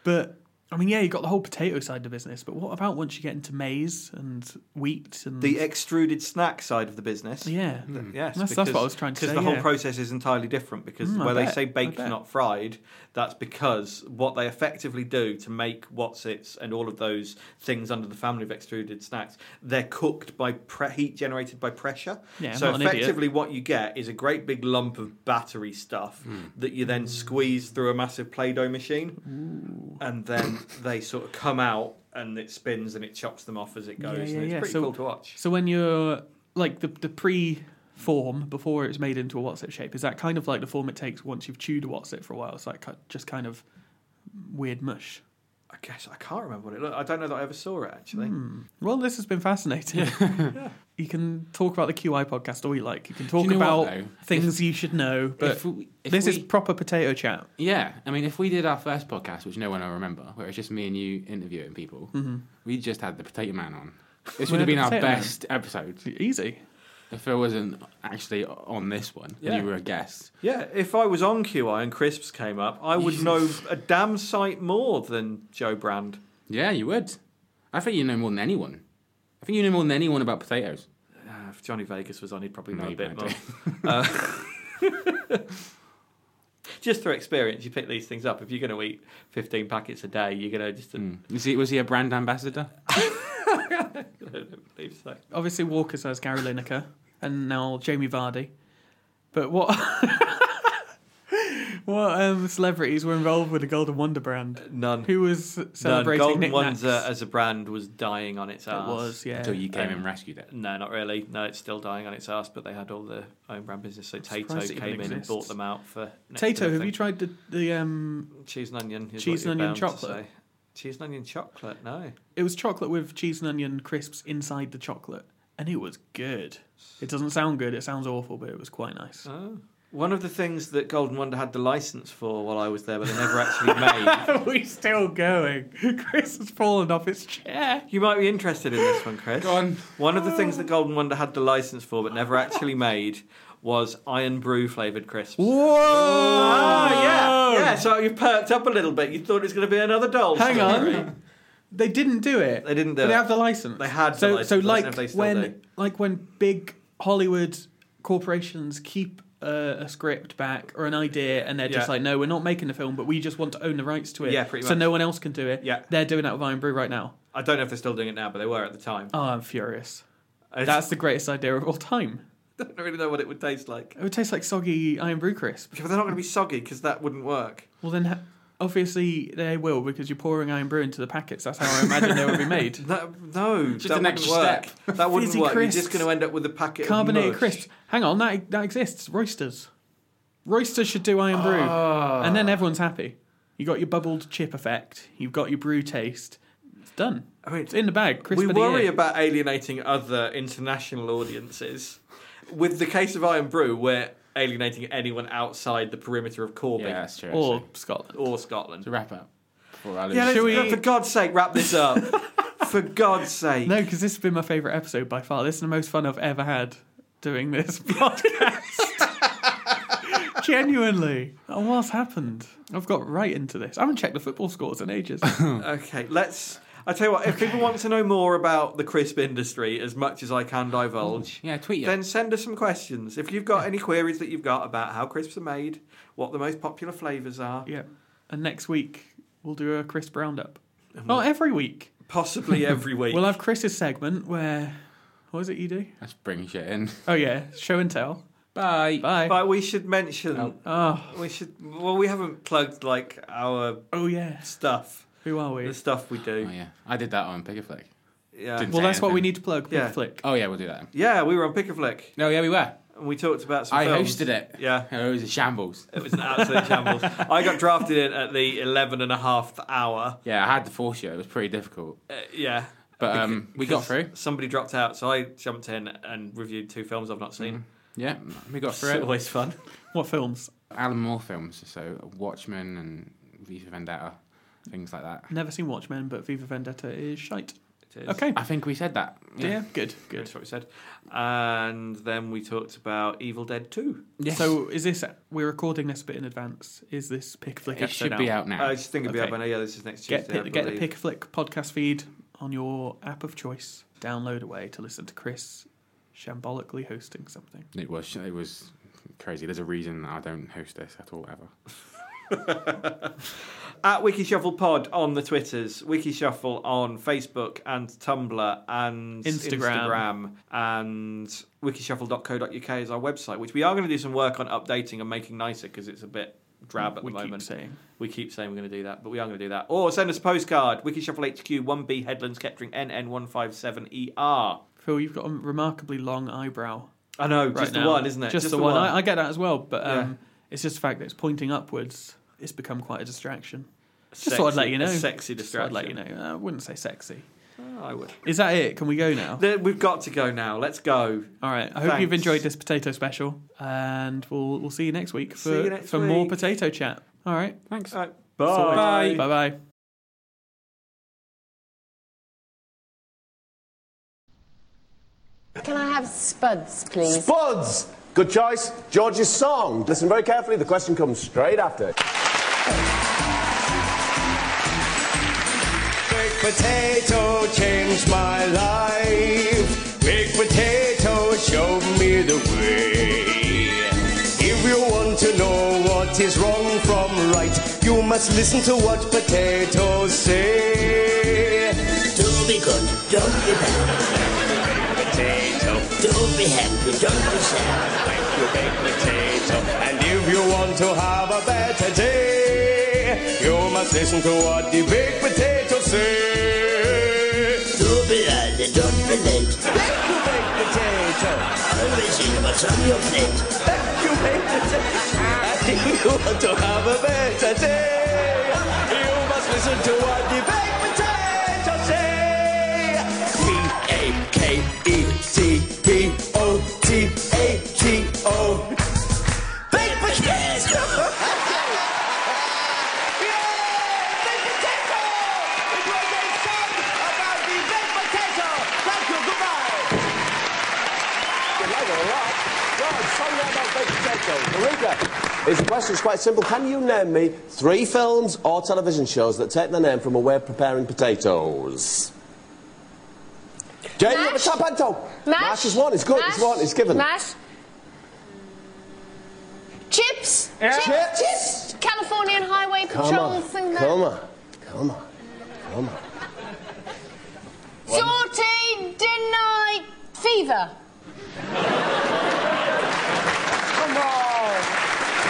S1: but I mean, yeah, you got the whole potato side of the business, but what about once you get into maize and wheat and
S3: The extruded snack side of the business.
S1: yeah,
S3: Yes,
S1: That's- that's what I was trying to
S3: Because
S1: say,
S3: the whole
S1: yeah.
S3: process is entirely different. Because
S1: Mm, I
S3: where they
S1: bet,
S3: say
S1: I
S3: baked,
S1: bet.
S3: not fried, that's because what they effectively do to make wotsits and all of those things under the family of extruded snacks, they're cooked by pre- heat generated by pressure.
S1: Yeah, I'm
S3: so
S1: not an idiot.
S3: effectively, what you get is a great big lump of battery stuff that you then squeeze through a massive Play-Doh machine, and then they sort of come out. And it spins and it chops them off as it goes.
S1: Yeah, yeah,
S3: and it's
S1: yeah.
S3: pretty
S1: So-
S3: cool to watch.
S1: So when you're like the the pre form before it's made into a WhatsApp shape, is that kind of like the form it takes once you've chewed a WhatsApp for a while? It's like ki- just kind of weird mush.
S3: I guess I can't remember what it looked. I don't know that I ever saw it actually.
S1: Well, this has been fascinating. You can talk about the QI podcast all you like. You can talk
S2: you know
S1: about
S2: what, though?
S1: things you should know, but
S2: if we- if
S1: this is
S2: we-
S1: proper potato chat.
S2: Yeah, I mean, if we did our first podcast, which no one will remember, where it's just me and you interviewing people, we just had the Potato
S1: [laughs]
S2: Man on. This
S1: We
S2: would have
S1: had Mm-hmm.
S2: been
S1: the
S2: our
S1: Potato Man.
S2: best episode
S1: Easy.
S2: if there wasn't actually on this one. and
S3: Yeah.
S2: you were a guest.
S3: Yeah, if I was on QI and crisps came up,
S1: [laughs]
S3: I would know a damn sight more than Joe Brand.
S2: Yeah, you would. I think you know more than anyone. I think you know more than anyone about potatoes.
S3: Uh, if Johnny Vegas was on, he'd probably know a
S2: Maybe
S3: bit
S2: I
S3: more.
S1: [laughs]
S3: Uh, [laughs] just through experience, you pick these things up. If you're going to eat 15 packets a day, you're going to just.
S1: Hmm.
S3: [laughs]
S2: Was he, was he a brand ambassador?
S3: I don't believe so.
S1: Obviously, Walker says Gary Lineker, and now Jamie Vardy. But what? [laughs] what um, celebrities were involved with the Golden Wonder brand?
S3: None.
S1: Who was
S3: None.
S1: celebrating
S3: Golden
S1: knickknacks?
S3: Ones uh, as a brand was dying on its
S1: It
S3: ass.
S1: was, yeah.
S2: Until you came
S3: Um,
S2: and rescued it.
S3: No, not really. No, it's still dying on its ass, but they had all the own brand business. So Tato
S1: surprised it
S3: came
S1: even
S3: in and
S1: exists.
S3: bought them out for. next to
S1: Tato, have
S3: nothing.
S1: you tried the, the um?
S3: cheese and onion? is
S1: Cheese
S3: what
S1: and
S3: you're
S1: onion
S3: bound to
S1: chocolate?
S3: say. Cheese and onion chocolate. No,
S1: It was chocolate with cheese and onion crisps inside the chocolate, and it was good. It doesn't sound good. It sounds awful, but it was quite nice. [laughs]
S3: oh. one of the things that Golden Wonder had the license for while I was there, but they
S1: [laughs]
S3: never actually made.
S1: Are we still going? [laughs] Chris has fallen off his chair.
S3: You might be interested in this one, Chris.
S2: Go on.
S3: One of the things that Golden Wonder had the license for but never actually made was Iron Brew flavored crisps.
S1: Whoa!
S3: Oh yeah, yeah. So you perked up a little bit. You thought it was going to be another doll.
S1: Hang
S3: story.
S1: on. They didn't do it.
S3: They didn't do
S1: but They
S3: it.
S1: have the license.
S3: They had the
S1: so
S3: license,
S1: so
S3: but I don't know
S1: like
S3: if they still
S1: when
S3: do.
S1: like when big Hollywood corporations keep uh, a script back or an idea, and they're just
S3: Yeah.
S1: like, no, we're not making the film, but we just want to own the rights to it.
S3: Yeah, pretty
S1: So
S3: much.
S1: no one else can do it.
S3: Yeah.
S1: They're doing that with Iron Brew right now.
S3: I don't know if they're still doing it now, but they were at the time.
S1: Oh, I'm furious.
S3: I
S1: That's the greatest idea of all time.
S3: don't really know what it would taste like.
S1: It would taste like soggy Iron Brew crisp.
S3: But they're not going to be soggy because that wouldn't work.
S1: Well, then ha- obviously they will because you're pouring Iron Brew into the packets. That's how I imagine they would be
S3: [laughs]
S1: made.
S3: No, no
S2: Just
S3: that
S2: an
S3: wouldn't
S2: extra
S3: work.
S2: step.
S3: That wouldn't
S1: Fizzy
S3: work. You're
S1: crisps.
S3: just going to end up with a packet
S1: Carbonated
S3: of mush.
S1: crisps. Hang on, that that exists. Roysters. Roysters should do Iron Brew,
S3: Ah.
S1: and then everyone's happy. You got your bubbled chip effect. You've got your brew taste. It's done.
S3: I mean,
S1: It's in the bag. Crisp
S3: we
S1: of the
S3: worry
S1: year.
S3: about alienating other international audiences. With the case of Iron Brew, we're alienating anyone outside the perimeter of Corby
S2: Yeah, that's true.
S1: or
S2: actually.
S1: Scotland.
S3: or Scotland.
S2: to wrap up. Before I lose
S3: Yeah,
S2: it.
S3: let's-
S1: Shall we-
S3: for God's sake, wrap
S1: [laughs]
S3: this up. for God's sake.
S1: No, because this has been my favourite episode by far. This is the most fun I've ever had doing this [laughs] podcast. Genuinely. Oh, what's happened? I've got right into this. I haven't checked the football scores in
S3: [laughs]
S1: ages.
S3: Okay, let's. I tell you what, if people want to know more about the crisp industry as much as I can divulge,
S2: yeah, tweet you.
S3: then send us some questions. If you've got any queries that you've got about how crisps are made, what the most popular flavours are,
S1: yeah. And next week, we'll do a crisp roundup. Not every week.
S2: [laughs]
S3: possibly every week.
S1: We'll have Chris's segment where. What is it you do?
S2: Let's bring shit in. [laughs]
S1: Oh yeah, show and tell.
S2: Bye.
S1: Bye.
S3: But we should mention
S1: Oh,
S3: we should well we haven't plugged like our
S1: oh yeah.
S3: stuff,
S1: Who are
S3: the
S1: we?
S3: stuff we do.
S2: Oh yeah, I did that on Pick a Flick.
S3: yeah.
S2: Didn't-
S1: Well, that's what we
S2: anything.
S1: need to plug.
S3: Yeah.
S1: Yeah. Flick. [laughs]
S2: Oh yeah, we'll do that.
S3: yeah, we were on Pick a Flick
S2: No, yeah, we were.
S3: and we talked about some
S2: I
S3: films.
S2: hosted it.
S3: Yeah.
S2: [laughs] it was a shambles.
S3: It was an absolute
S2: [laughs]
S3: shambles. I got drafted in at the 11 and a half hour.
S2: Yeah, I had to force you. It was pretty difficult,
S3: Uh, yeah.
S2: but um, we got through.
S3: Somebody dropped out, so I jumped in and reviewed two films I've not seen.
S2: Yeah, we got
S3: It's
S2: through it.
S3: always fun.
S1: What films?
S2: Alan Moore films, so Watchmen and V for Vendetta, things like that.
S1: Never seen Watchmen, but Viva Vendetta is shite.
S3: It is.
S1: Okay.
S2: I think we said that.
S1: Yeah. Good. Good.
S3: That's what we said. And then we talked about Evil Dead 2.
S2: Yes.
S1: So is this? We're recording this a bit in advance. Is this pick a flick?
S2: it
S1: episode
S2: should be out now.
S3: I just think it'd be
S1: Okay.
S3: up. I know, yeah, this is next
S1: Get
S3: Tuesday. I
S1: pi- get the
S3: believe.
S1: pick a flick podcast feed on your app of choice. Download away to listen to Chris shambolically hosting something.
S2: It was. It was crazy. There's a reason I don't host this at all ever.
S3: At Wikishuffle Pod on the Twitters, Wikishuffle on Facebook and Tumblr and
S1: Instagram.
S3: Instagram and wikishuffle.co.uk is our website, which we are going to do some work on updating and making nicer because it's a bit drab at
S1: we
S3: the moment.
S1: keep saying.
S3: We keep saying we're going to do that, but we are going to do that. Or send us a postcard, Wikishuffle HQ 1B Headlands Kettering E NN157ER.
S1: Phil, you've got a remarkably long eyebrow.
S3: I know,
S1: right
S3: just the
S1: now.
S3: one, isn't it?
S1: Just, the, one. I, I get that as well, but
S3: Yeah.
S1: um, it's just the fact that it's pointing upwards. It's become quite a distraction. Just
S3: Sexy-
S1: thought I'd let you know.
S3: a sexy
S1: Just thought I'd
S3: distraction.
S1: let you know. I wouldn't say sexy.
S3: Oh, I would.
S1: Is that it? Can we go now?
S3: There- We've got to go now. Let's go.
S1: All right. I hope you've
S3: Thanks.
S1: enjoyed this potato special, and we'll we'll see you next week
S3: See
S1: for
S3: you next
S1: for more
S3: week.
S1: potato chat. All right.
S2: Thanks.
S3: All
S1: Bye
S3: right.
S1: bye.
S5: Can I have spuds, please?
S6: Spuds! Good choice. George's song. Listen very carefully, the question comes straight after. Big potato changed my life. Big potato showed me the way. If you want to know what is wrong from right, you must listen to what potatoes say.
S7: Do be good, don't be bad.
S6: Potato.
S7: Do be happy, don't be sad.
S6: like your baked potato. And if you want to have a better day, you must listen to what the baked potato says.
S7: Do be early, don't be late.
S6: Thank you, baked potato.
S7: Always eat what's on your plate.
S6: Thank you, baked potato. And if you want to have a better day, you must listen to what the baked potato says. B A K E T P O T A T O. Baked potato. Yeah, baked potato. It was a song about the baked potato. Thank you. Goodbye. Like it a lot. God, tell me about baked potato. Marika, is the question is quite simple. Can you name me three films or television shows that take their name from a way of preparing potatoes? Jamie, at the
S5: Mash?
S6: top, Anto. Mash is one. It's good. It's one. It's given.
S5: Mash. Chips.
S6: Chips.
S5: Californian Highway
S6: Come
S5: Patrol
S6: on.
S5: thing. there.
S6: Come on. Come on. Come on.
S5: Sortie denied fever.
S6: Come on. I